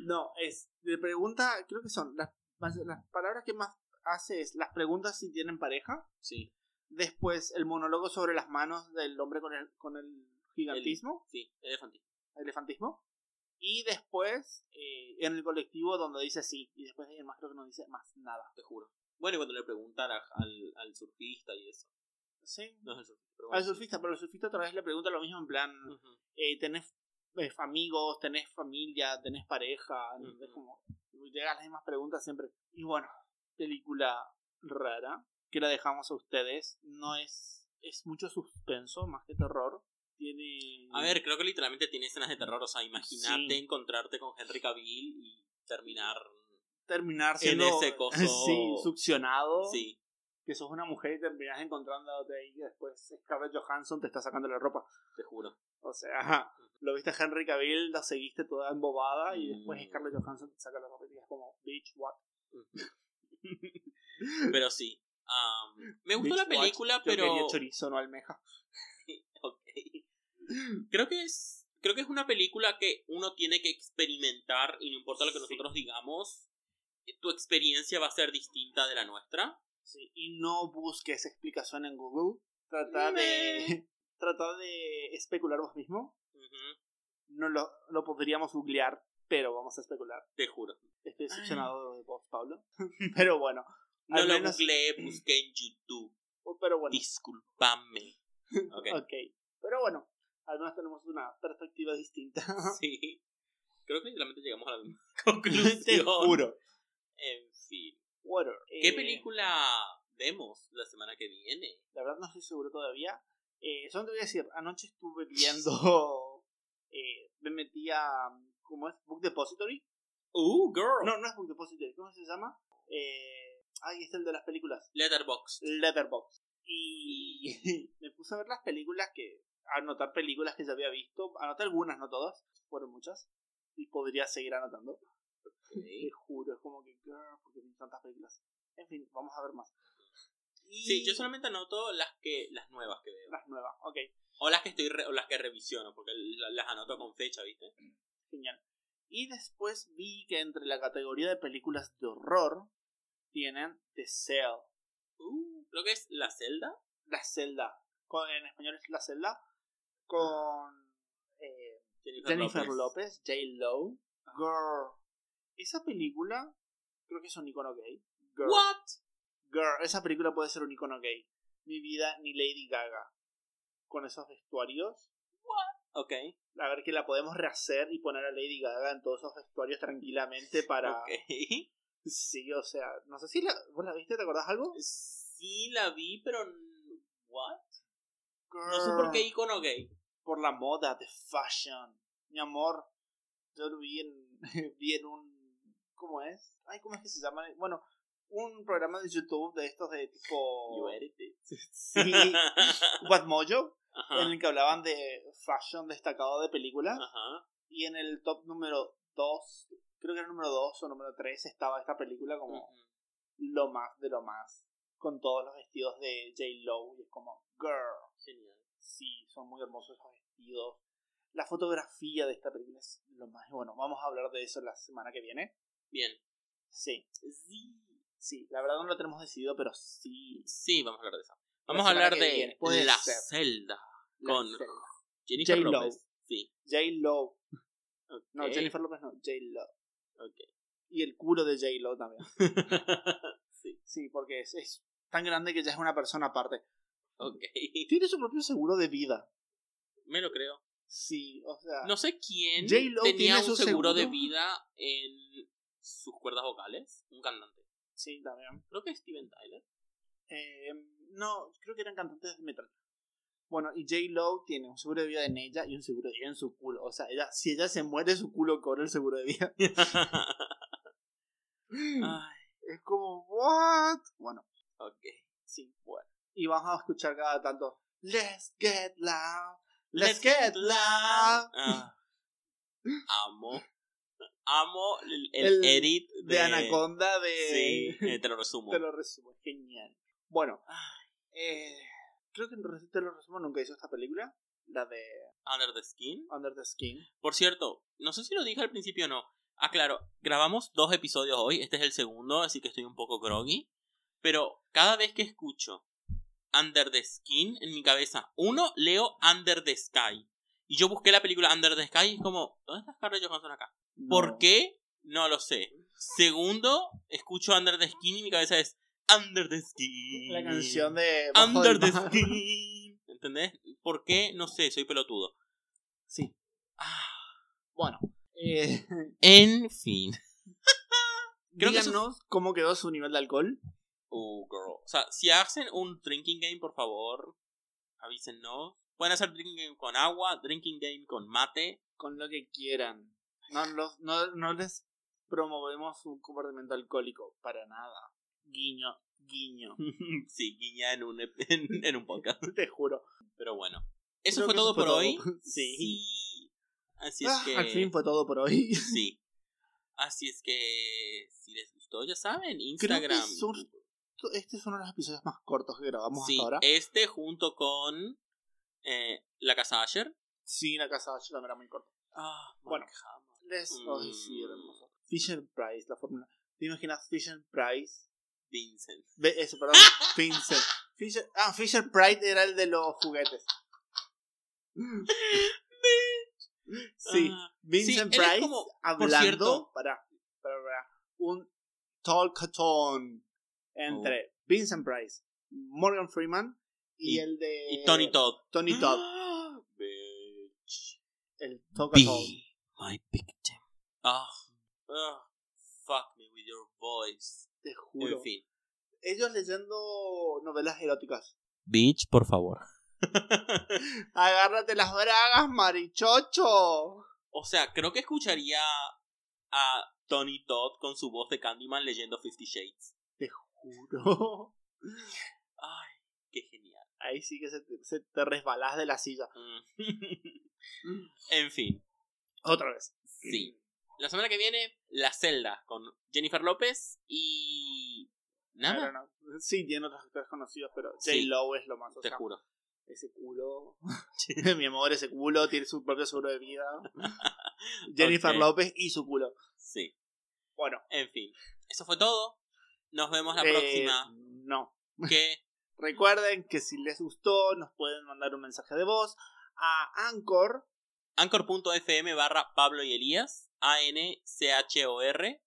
B: No, es, le pregunta, creo que son, las, más- las palabras que más hace es las preguntas si tienen pareja.
C: Sí.
B: Después el monólogo sobre las manos del hombre con el, con el gigantismo,
C: Sí. Elefante.
B: elefantismo. Y después eh, en el colectivo donde dice sí. Y después el más creo que no dice más nada.
C: Te juro. Bueno, y cuando le preguntan a- al, al surfista y eso.
B: Sí.
C: No es el surfista. pero bueno.
B: Al surfista, pero el surfista otra vez le pregunta lo mismo en plan,
C: Ujú.
B: eh, ¿tenés eh, amigos? ¿Tenés familia? ¿Tenés pareja?
C: Ujú.
B: Es como, llegan las mismas preguntas siempre. Y bueno, película rara, que la dejamos a ustedes. No es, es mucho suspenso, más que terror. Tiene...
C: A ver, creo que literalmente tiene escenas de terror. O sea, imagínate
B: Sí.
C: encontrarte con Henry Cavill y terminar.
B: terminar siendo
C: ese coso-
B: sí, succionado.
C: Sí.
B: Que sos una mujer y terminás encontrándote ahí y después Scarlett Johansson te está sacando la ropa.
C: Te juro.
B: O sea, lo viste a Henry Cavill, la seguiste toda embobada y después
C: Mm.
B: Scarlett Johansson te saca la ropa y es como, bitch, what?
C: Pero sí. Am, me gustó
B: Bitch,
C: la
B: what?
C: película,
B: Yo
C: pero.
B: quería chorizo, no almeja.
C: Ok. Creo que es. Creo que es una película que uno tiene que experimentar y no importa lo que
B: Sí.
C: nosotros digamos, eh, tu experiencia va a ser distinta de la nuestra.
B: Sí, y no busques explicación en Google. Trata de. Trata de especular vos mismo.
C: Ujú,
B: No lo, lo podríamos googlear, pero vamos a especular.
C: Te juro.
B: Estoy decepcionado de vos, Pablo. Pero bueno.
C: No
B: al
C: lo
B: menos- oh,
C: googleé, busqué en YouTube.
B: Pero bueno.
C: Disculpame. Ok.
B: Ok. Pero bueno. Al menos tenemos una perspectiva distinta.
C: Sí. Creo que literalmente llegamos a la misma conclusión.
B: Te juro.
C: En fin.
B: Water.
C: ¿Qué
B: Eh,
C: película vemos la semana que viene?
B: La verdad no estoy seguro todavía. Eh, solo te voy a decir, anoche estuve viendo. eh, me metí a. ¿Cómo es? Book Depository.
C: Uh, girl.
B: No, no es Book Depository. ¿Cómo se llama? Eh, ay, es el de las películas.
C: Letterboxd.
B: Letterbox. Y me puse a ver las películas que. A anotar películas que ya había visto. Anoté algunas, no todas. Fueron muchas. Y podría seguir anotando. Te
C: Ok.
B: juro, es como que. Girl, porque vi tantas películas. En fin, vamos a ver más. Y
C: Sí, yo solamente anoto las que las nuevas que veo.
B: Las nuevas, ok.
C: O las que estoy re- o las que revisiono, porque la- las anoto con fecha, ¿viste?
B: Genial. Y después vi que entre la categoría de películas de horror tienen The Cell,
C: Uh, creo que es La Celda.
B: La Celda. Con- en español es La Celda. Con eh,
C: Jennifer,
B: Jennifer López, J. Lowe. Girl. Esa película creo que es un icono gay. Girl.
C: What?
B: Girl. Esa película puede ser un icono gay. Mi vida ni Lady Gaga. Con esos vestuarios.
C: Ok.
B: A ver que la podemos rehacer y poner a Lady Gaga en todos esos vestuarios tranquilamente para.
C: Ok.
B: Sí, o sea, no sé si la, vos la viste, ¿te acordás algo?
C: Sí la vi, pero n- what? No sé
B: Ah.
C: por qué icono gay.
B: Por la moda, de fashion. Mi amor, yo lo vi en, vi en un... ¿Cómo es? Ay, ¿cómo es que se llama? Bueno, un programa de YouTube de estos de tipo...
C: You edited.
B: Sí, What Mojo,
C: Ajá.
B: en el que hablaban de fashion destacado de películas.
C: Ajá.
B: Y en el top número 2, creo que era el número 2 o número 3, estaba esta película como...
C: Ujú.
B: lo más de lo más. Con todos los vestidos de J. Lowe. Y es como, girl.
C: Genial.
B: Sí, son muy hermosos esos vestidos. La fotografía de esta película es lo más. Bueno, vamos a hablar de eso la semana que viene.
C: Bien.
B: Sí,
C: Sí.
B: sí. La verdad no lo tenemos decidido, pero sí.
C: Sí, vamos a hablar de esa. Vamos a
B: semana
C: hablar
B: que
C: de
B: viene, puede
C: La
B: ser.
C: Celda.
B: La
C: Con
B: celda.
C: Jennifer
B: J-Lo.
C: López. Sí.
B: J. Lowe. No,
C: Ok.
B: Jennifer López no, J. Lowe.
C: Ok.
B: Y el culo de J. Lowe también.
C: sí.
B: Sí, porque es, es tan grande que ya es una persona aparte.
C: Ok.
B: Tiene su propio seguro de vida.
C: Me lo creo.
B: Sí, o sea.
C: No sé quién
B: J-Lo
C: tenía
B: tiene
C: un
B: su seguro.
C: seguro de vida en sus cuerdas vocales. Un cantante.
B: Sí, también.
C: Creo que es Steven Tyler.
B: Eh, no, creo que eran cantantes de metal. Bueno, y J. Lo tiene un seguro de vida en ella y un seguro de vida en su culo. O sea, ella, si ella se muere, su culo cobra el seguro de vida. Mm.
C: Ay,
B: Es como, ¿what? Bueno,
C: ok.
B: sí, bueno. Y vamos a escuchar cada tanto, Let's get loud, let's,
C: Let's
B: get loud.
C: Ah, Amo. Amo el, el
B: El
C: edit
B: De, Anaconda, de.
C: Sí, eh, te lo resumo.
B: Te lo resumo, genial. Bueno, eh, creo que en re- te lo resumo nunca hizo esta película, la de
C: Under the Skin.
B: Under the Skin.
C: Por cierto, no sé si lo dije al principio o no. Ah, claro, grabamos dos episodios hoy, este es el segundo, así que estoy un poco groggy. Pero cada vez que escucho Under the Skin en mi cabeza, uno, leo Under the Sky. Y yo busqué la película Under the Sky y es como, ¿dónde está Scarlett Johansson acá? ¿Por
B: No.
C: qué? No lo sé. Segundo, escucho Under the Skin y mi cabeza es Under the Skin.
B: La canción de... Bajo
C: Under
B: del
C: the
B: Mar.
C: Skin. ¿Entendés? ¿Por qué? No sé, soy pelotudo.
B: Sí,
C: Ah.
B: bueno. eh,
C: En fin. Creo que eso-
B: díganos cómo quedó su nivel de alcohol.
C: Oh, girl. O sea, si hacen un drinking game, por favor, avísennos. Pueden hacer drinking game con agua, drinking game con mate.
B: con lo que quieran. No, los- no, no les promovemos un comportamiento alcohólico, para nada. Guiño, guiño,
C: sí, guiña en un, ep- en, en un podcast.
B: te juro.
C: Pero bueno.
B: Creo
C: Eso fue
B: que
C: todo por hoy.
B: Sí.
C: Sí. Así es
B: Ah,
C: que...
B: Al fin fue todo por hoy.
C: Sí. Así es que... Si les gustó, ya saben,
B: Creo que
C: Instagram.
B: sur- este es uno de los episodios más cortos que grabamos
C: Sí,
B: hasta ahora.
C: este junto con... eh, la casa Asher.
B: Sí, la casa de Ashley también era muy corta.
C: Ah,
B: Bueno.
C: Markham.
B: Les voy a decir,
C: Mm.
B: hermoso. Fisher Price, la fórmula. ¿Te imaginas Fisher Price?
C: Vincent.
B: Ve, eso, perdón. Pincer. Fisher, ah, Fisher Price era el de los juguetes. Sí.
C: Ah.
B: Vincent
C: Sí, él es
B: Price
C: como-
B: hablando
C: cierto-
B: para, para, para un talkatón entre Vincent Price, Morgan Freeman y,
C: Oh. Y-
B: el de
C: y Tony Todd.
B: Tony Todd,
C: Bitch.
B: el talkatón.
C: Be my victim. Ah. ah, fuck me with your voice.
B: Te juro.
C: En fin.
B: Ellos leyendo novelas eróticas.
C: Bitch, por favor.
B: Agárrate las bragas, marichocho.
C: O sea, creo que escucharía a Tony Todd con su voz de Candyman leyendo Fifty Shades.
B: Juro.
C: Ay, qué genial.
B: Ahí sí que se te, se te resbalás de la silla.
C: Mm. en fin.
B: Otra vez.
C: Sí. La semana que viene, La Celda con Jennifer López y...
B: I
C: Nada,
B: don't know. Sí, tiene otros actores conocidos, pero
C: Sí.
B: J. Lowe es lo más. o
C: te
B: sea,
C: juro.
B: ese culo. Mi amor, ese culo tiene su propio seguro de vida. Jennifer
C: Ok.
B: López y su culo.
C: Sí.
B: Bueno,
C: En fin. Eso fue todo. Nos vemos
B: eh,
C: la próxima.
B: No.
C: Que
B: Recuerden que si les gustó, nos pueden mandar un mensaje de voz a Anchor.
C: anchor.fm barra Pablo y Elías, A-N-C-H-O-R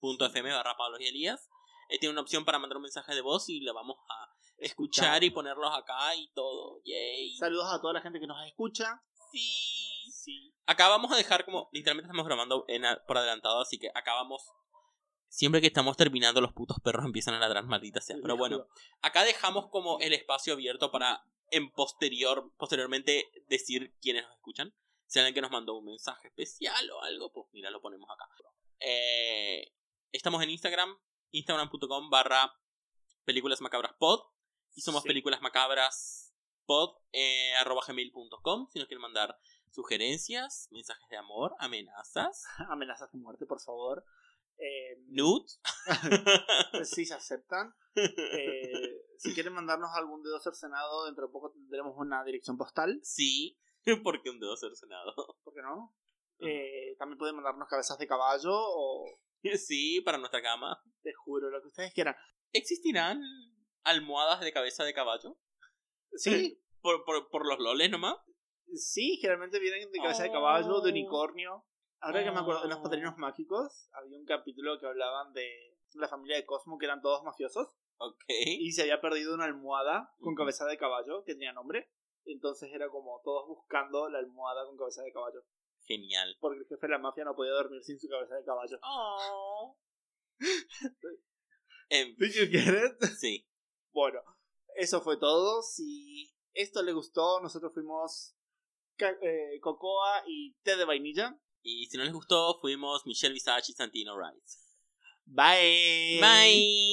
C: punto FM barra Pablo y Elías. Eh, tiene una opción para mandar un mensaje de voz y la vamos a escuchar y ponerlos acá y todo. Yay.
B: Saludos a toda la gente que nos escucha.
C: Sí.
B: Sí.
C: Acá vamos a dejar como, literalmente estamos grabando en a- por adelantado, así que acá vamos. Siempre que estamos terminando, los putos perros empiezan a ladrar, maldita sea. Pero bueno, acá dejamos como el espacio abierto para en posterior, posteriormente decir quiénes nos escuchan. Si alguien que nos mandó un mensaje especial o algo, pues mira, lo ponemos acá. Eh, estamos en Instagram, instagram.com barra películas macabras pod. Y somos
B: Sí.
C: películas macabras pod eh, arroba gmail.com si nos quieren mandar sugerencias, mensajes de amor, amenazas,
B: Amenazas de muerte, por favor. Eh,
C: nudes.
B: si se aceptan. Eh, si quieren mandarnos algún dedo cercenado, dentro de poco tendremos una dirección postal.
C: Sí, porque un dedo cercenado.
B: ¿Por qué no? Eh, también pueden mandarnos cabezas de caballo o
C: Sí, para nuestra cama.
B: Te juro, lo que ustedes quieran.
C: ¿Existirán almohadas de cabeza de caballo?
B: Sí,
C: ¿Por, por, por los loles nomás?
B: sí, generalmente vienen de cabeza de
C: Oh.
B: caballo, de unicornio. Ahora que me acuerdo, en los
C: Oh.
B: padrinos mágicos había un capítulo que hablaban de la familia de Cosmo, que eran todos mafiosos,
C: Ok.
B: y se había perdido una almohada con
C: Ujú.
B: cabeza de caballo que tenía nombre. Entonces era como todos buscando la almohada con cabeza de caballo,
C: Genial.
B: porque el jefe de la mafia no podía dormir sin su cabeza de caballo.
C: En
B: ¿Did you get it?
C: Em, sí.
B: Bueno, eso fue todo. Si esto le gustó, nosotros fuimos ca- eh, Cocoa y té de vainilla.
C: Y si no les gustó, fuimos Michelle Visage y Santino Rice.
B: Bye.
C: Bye.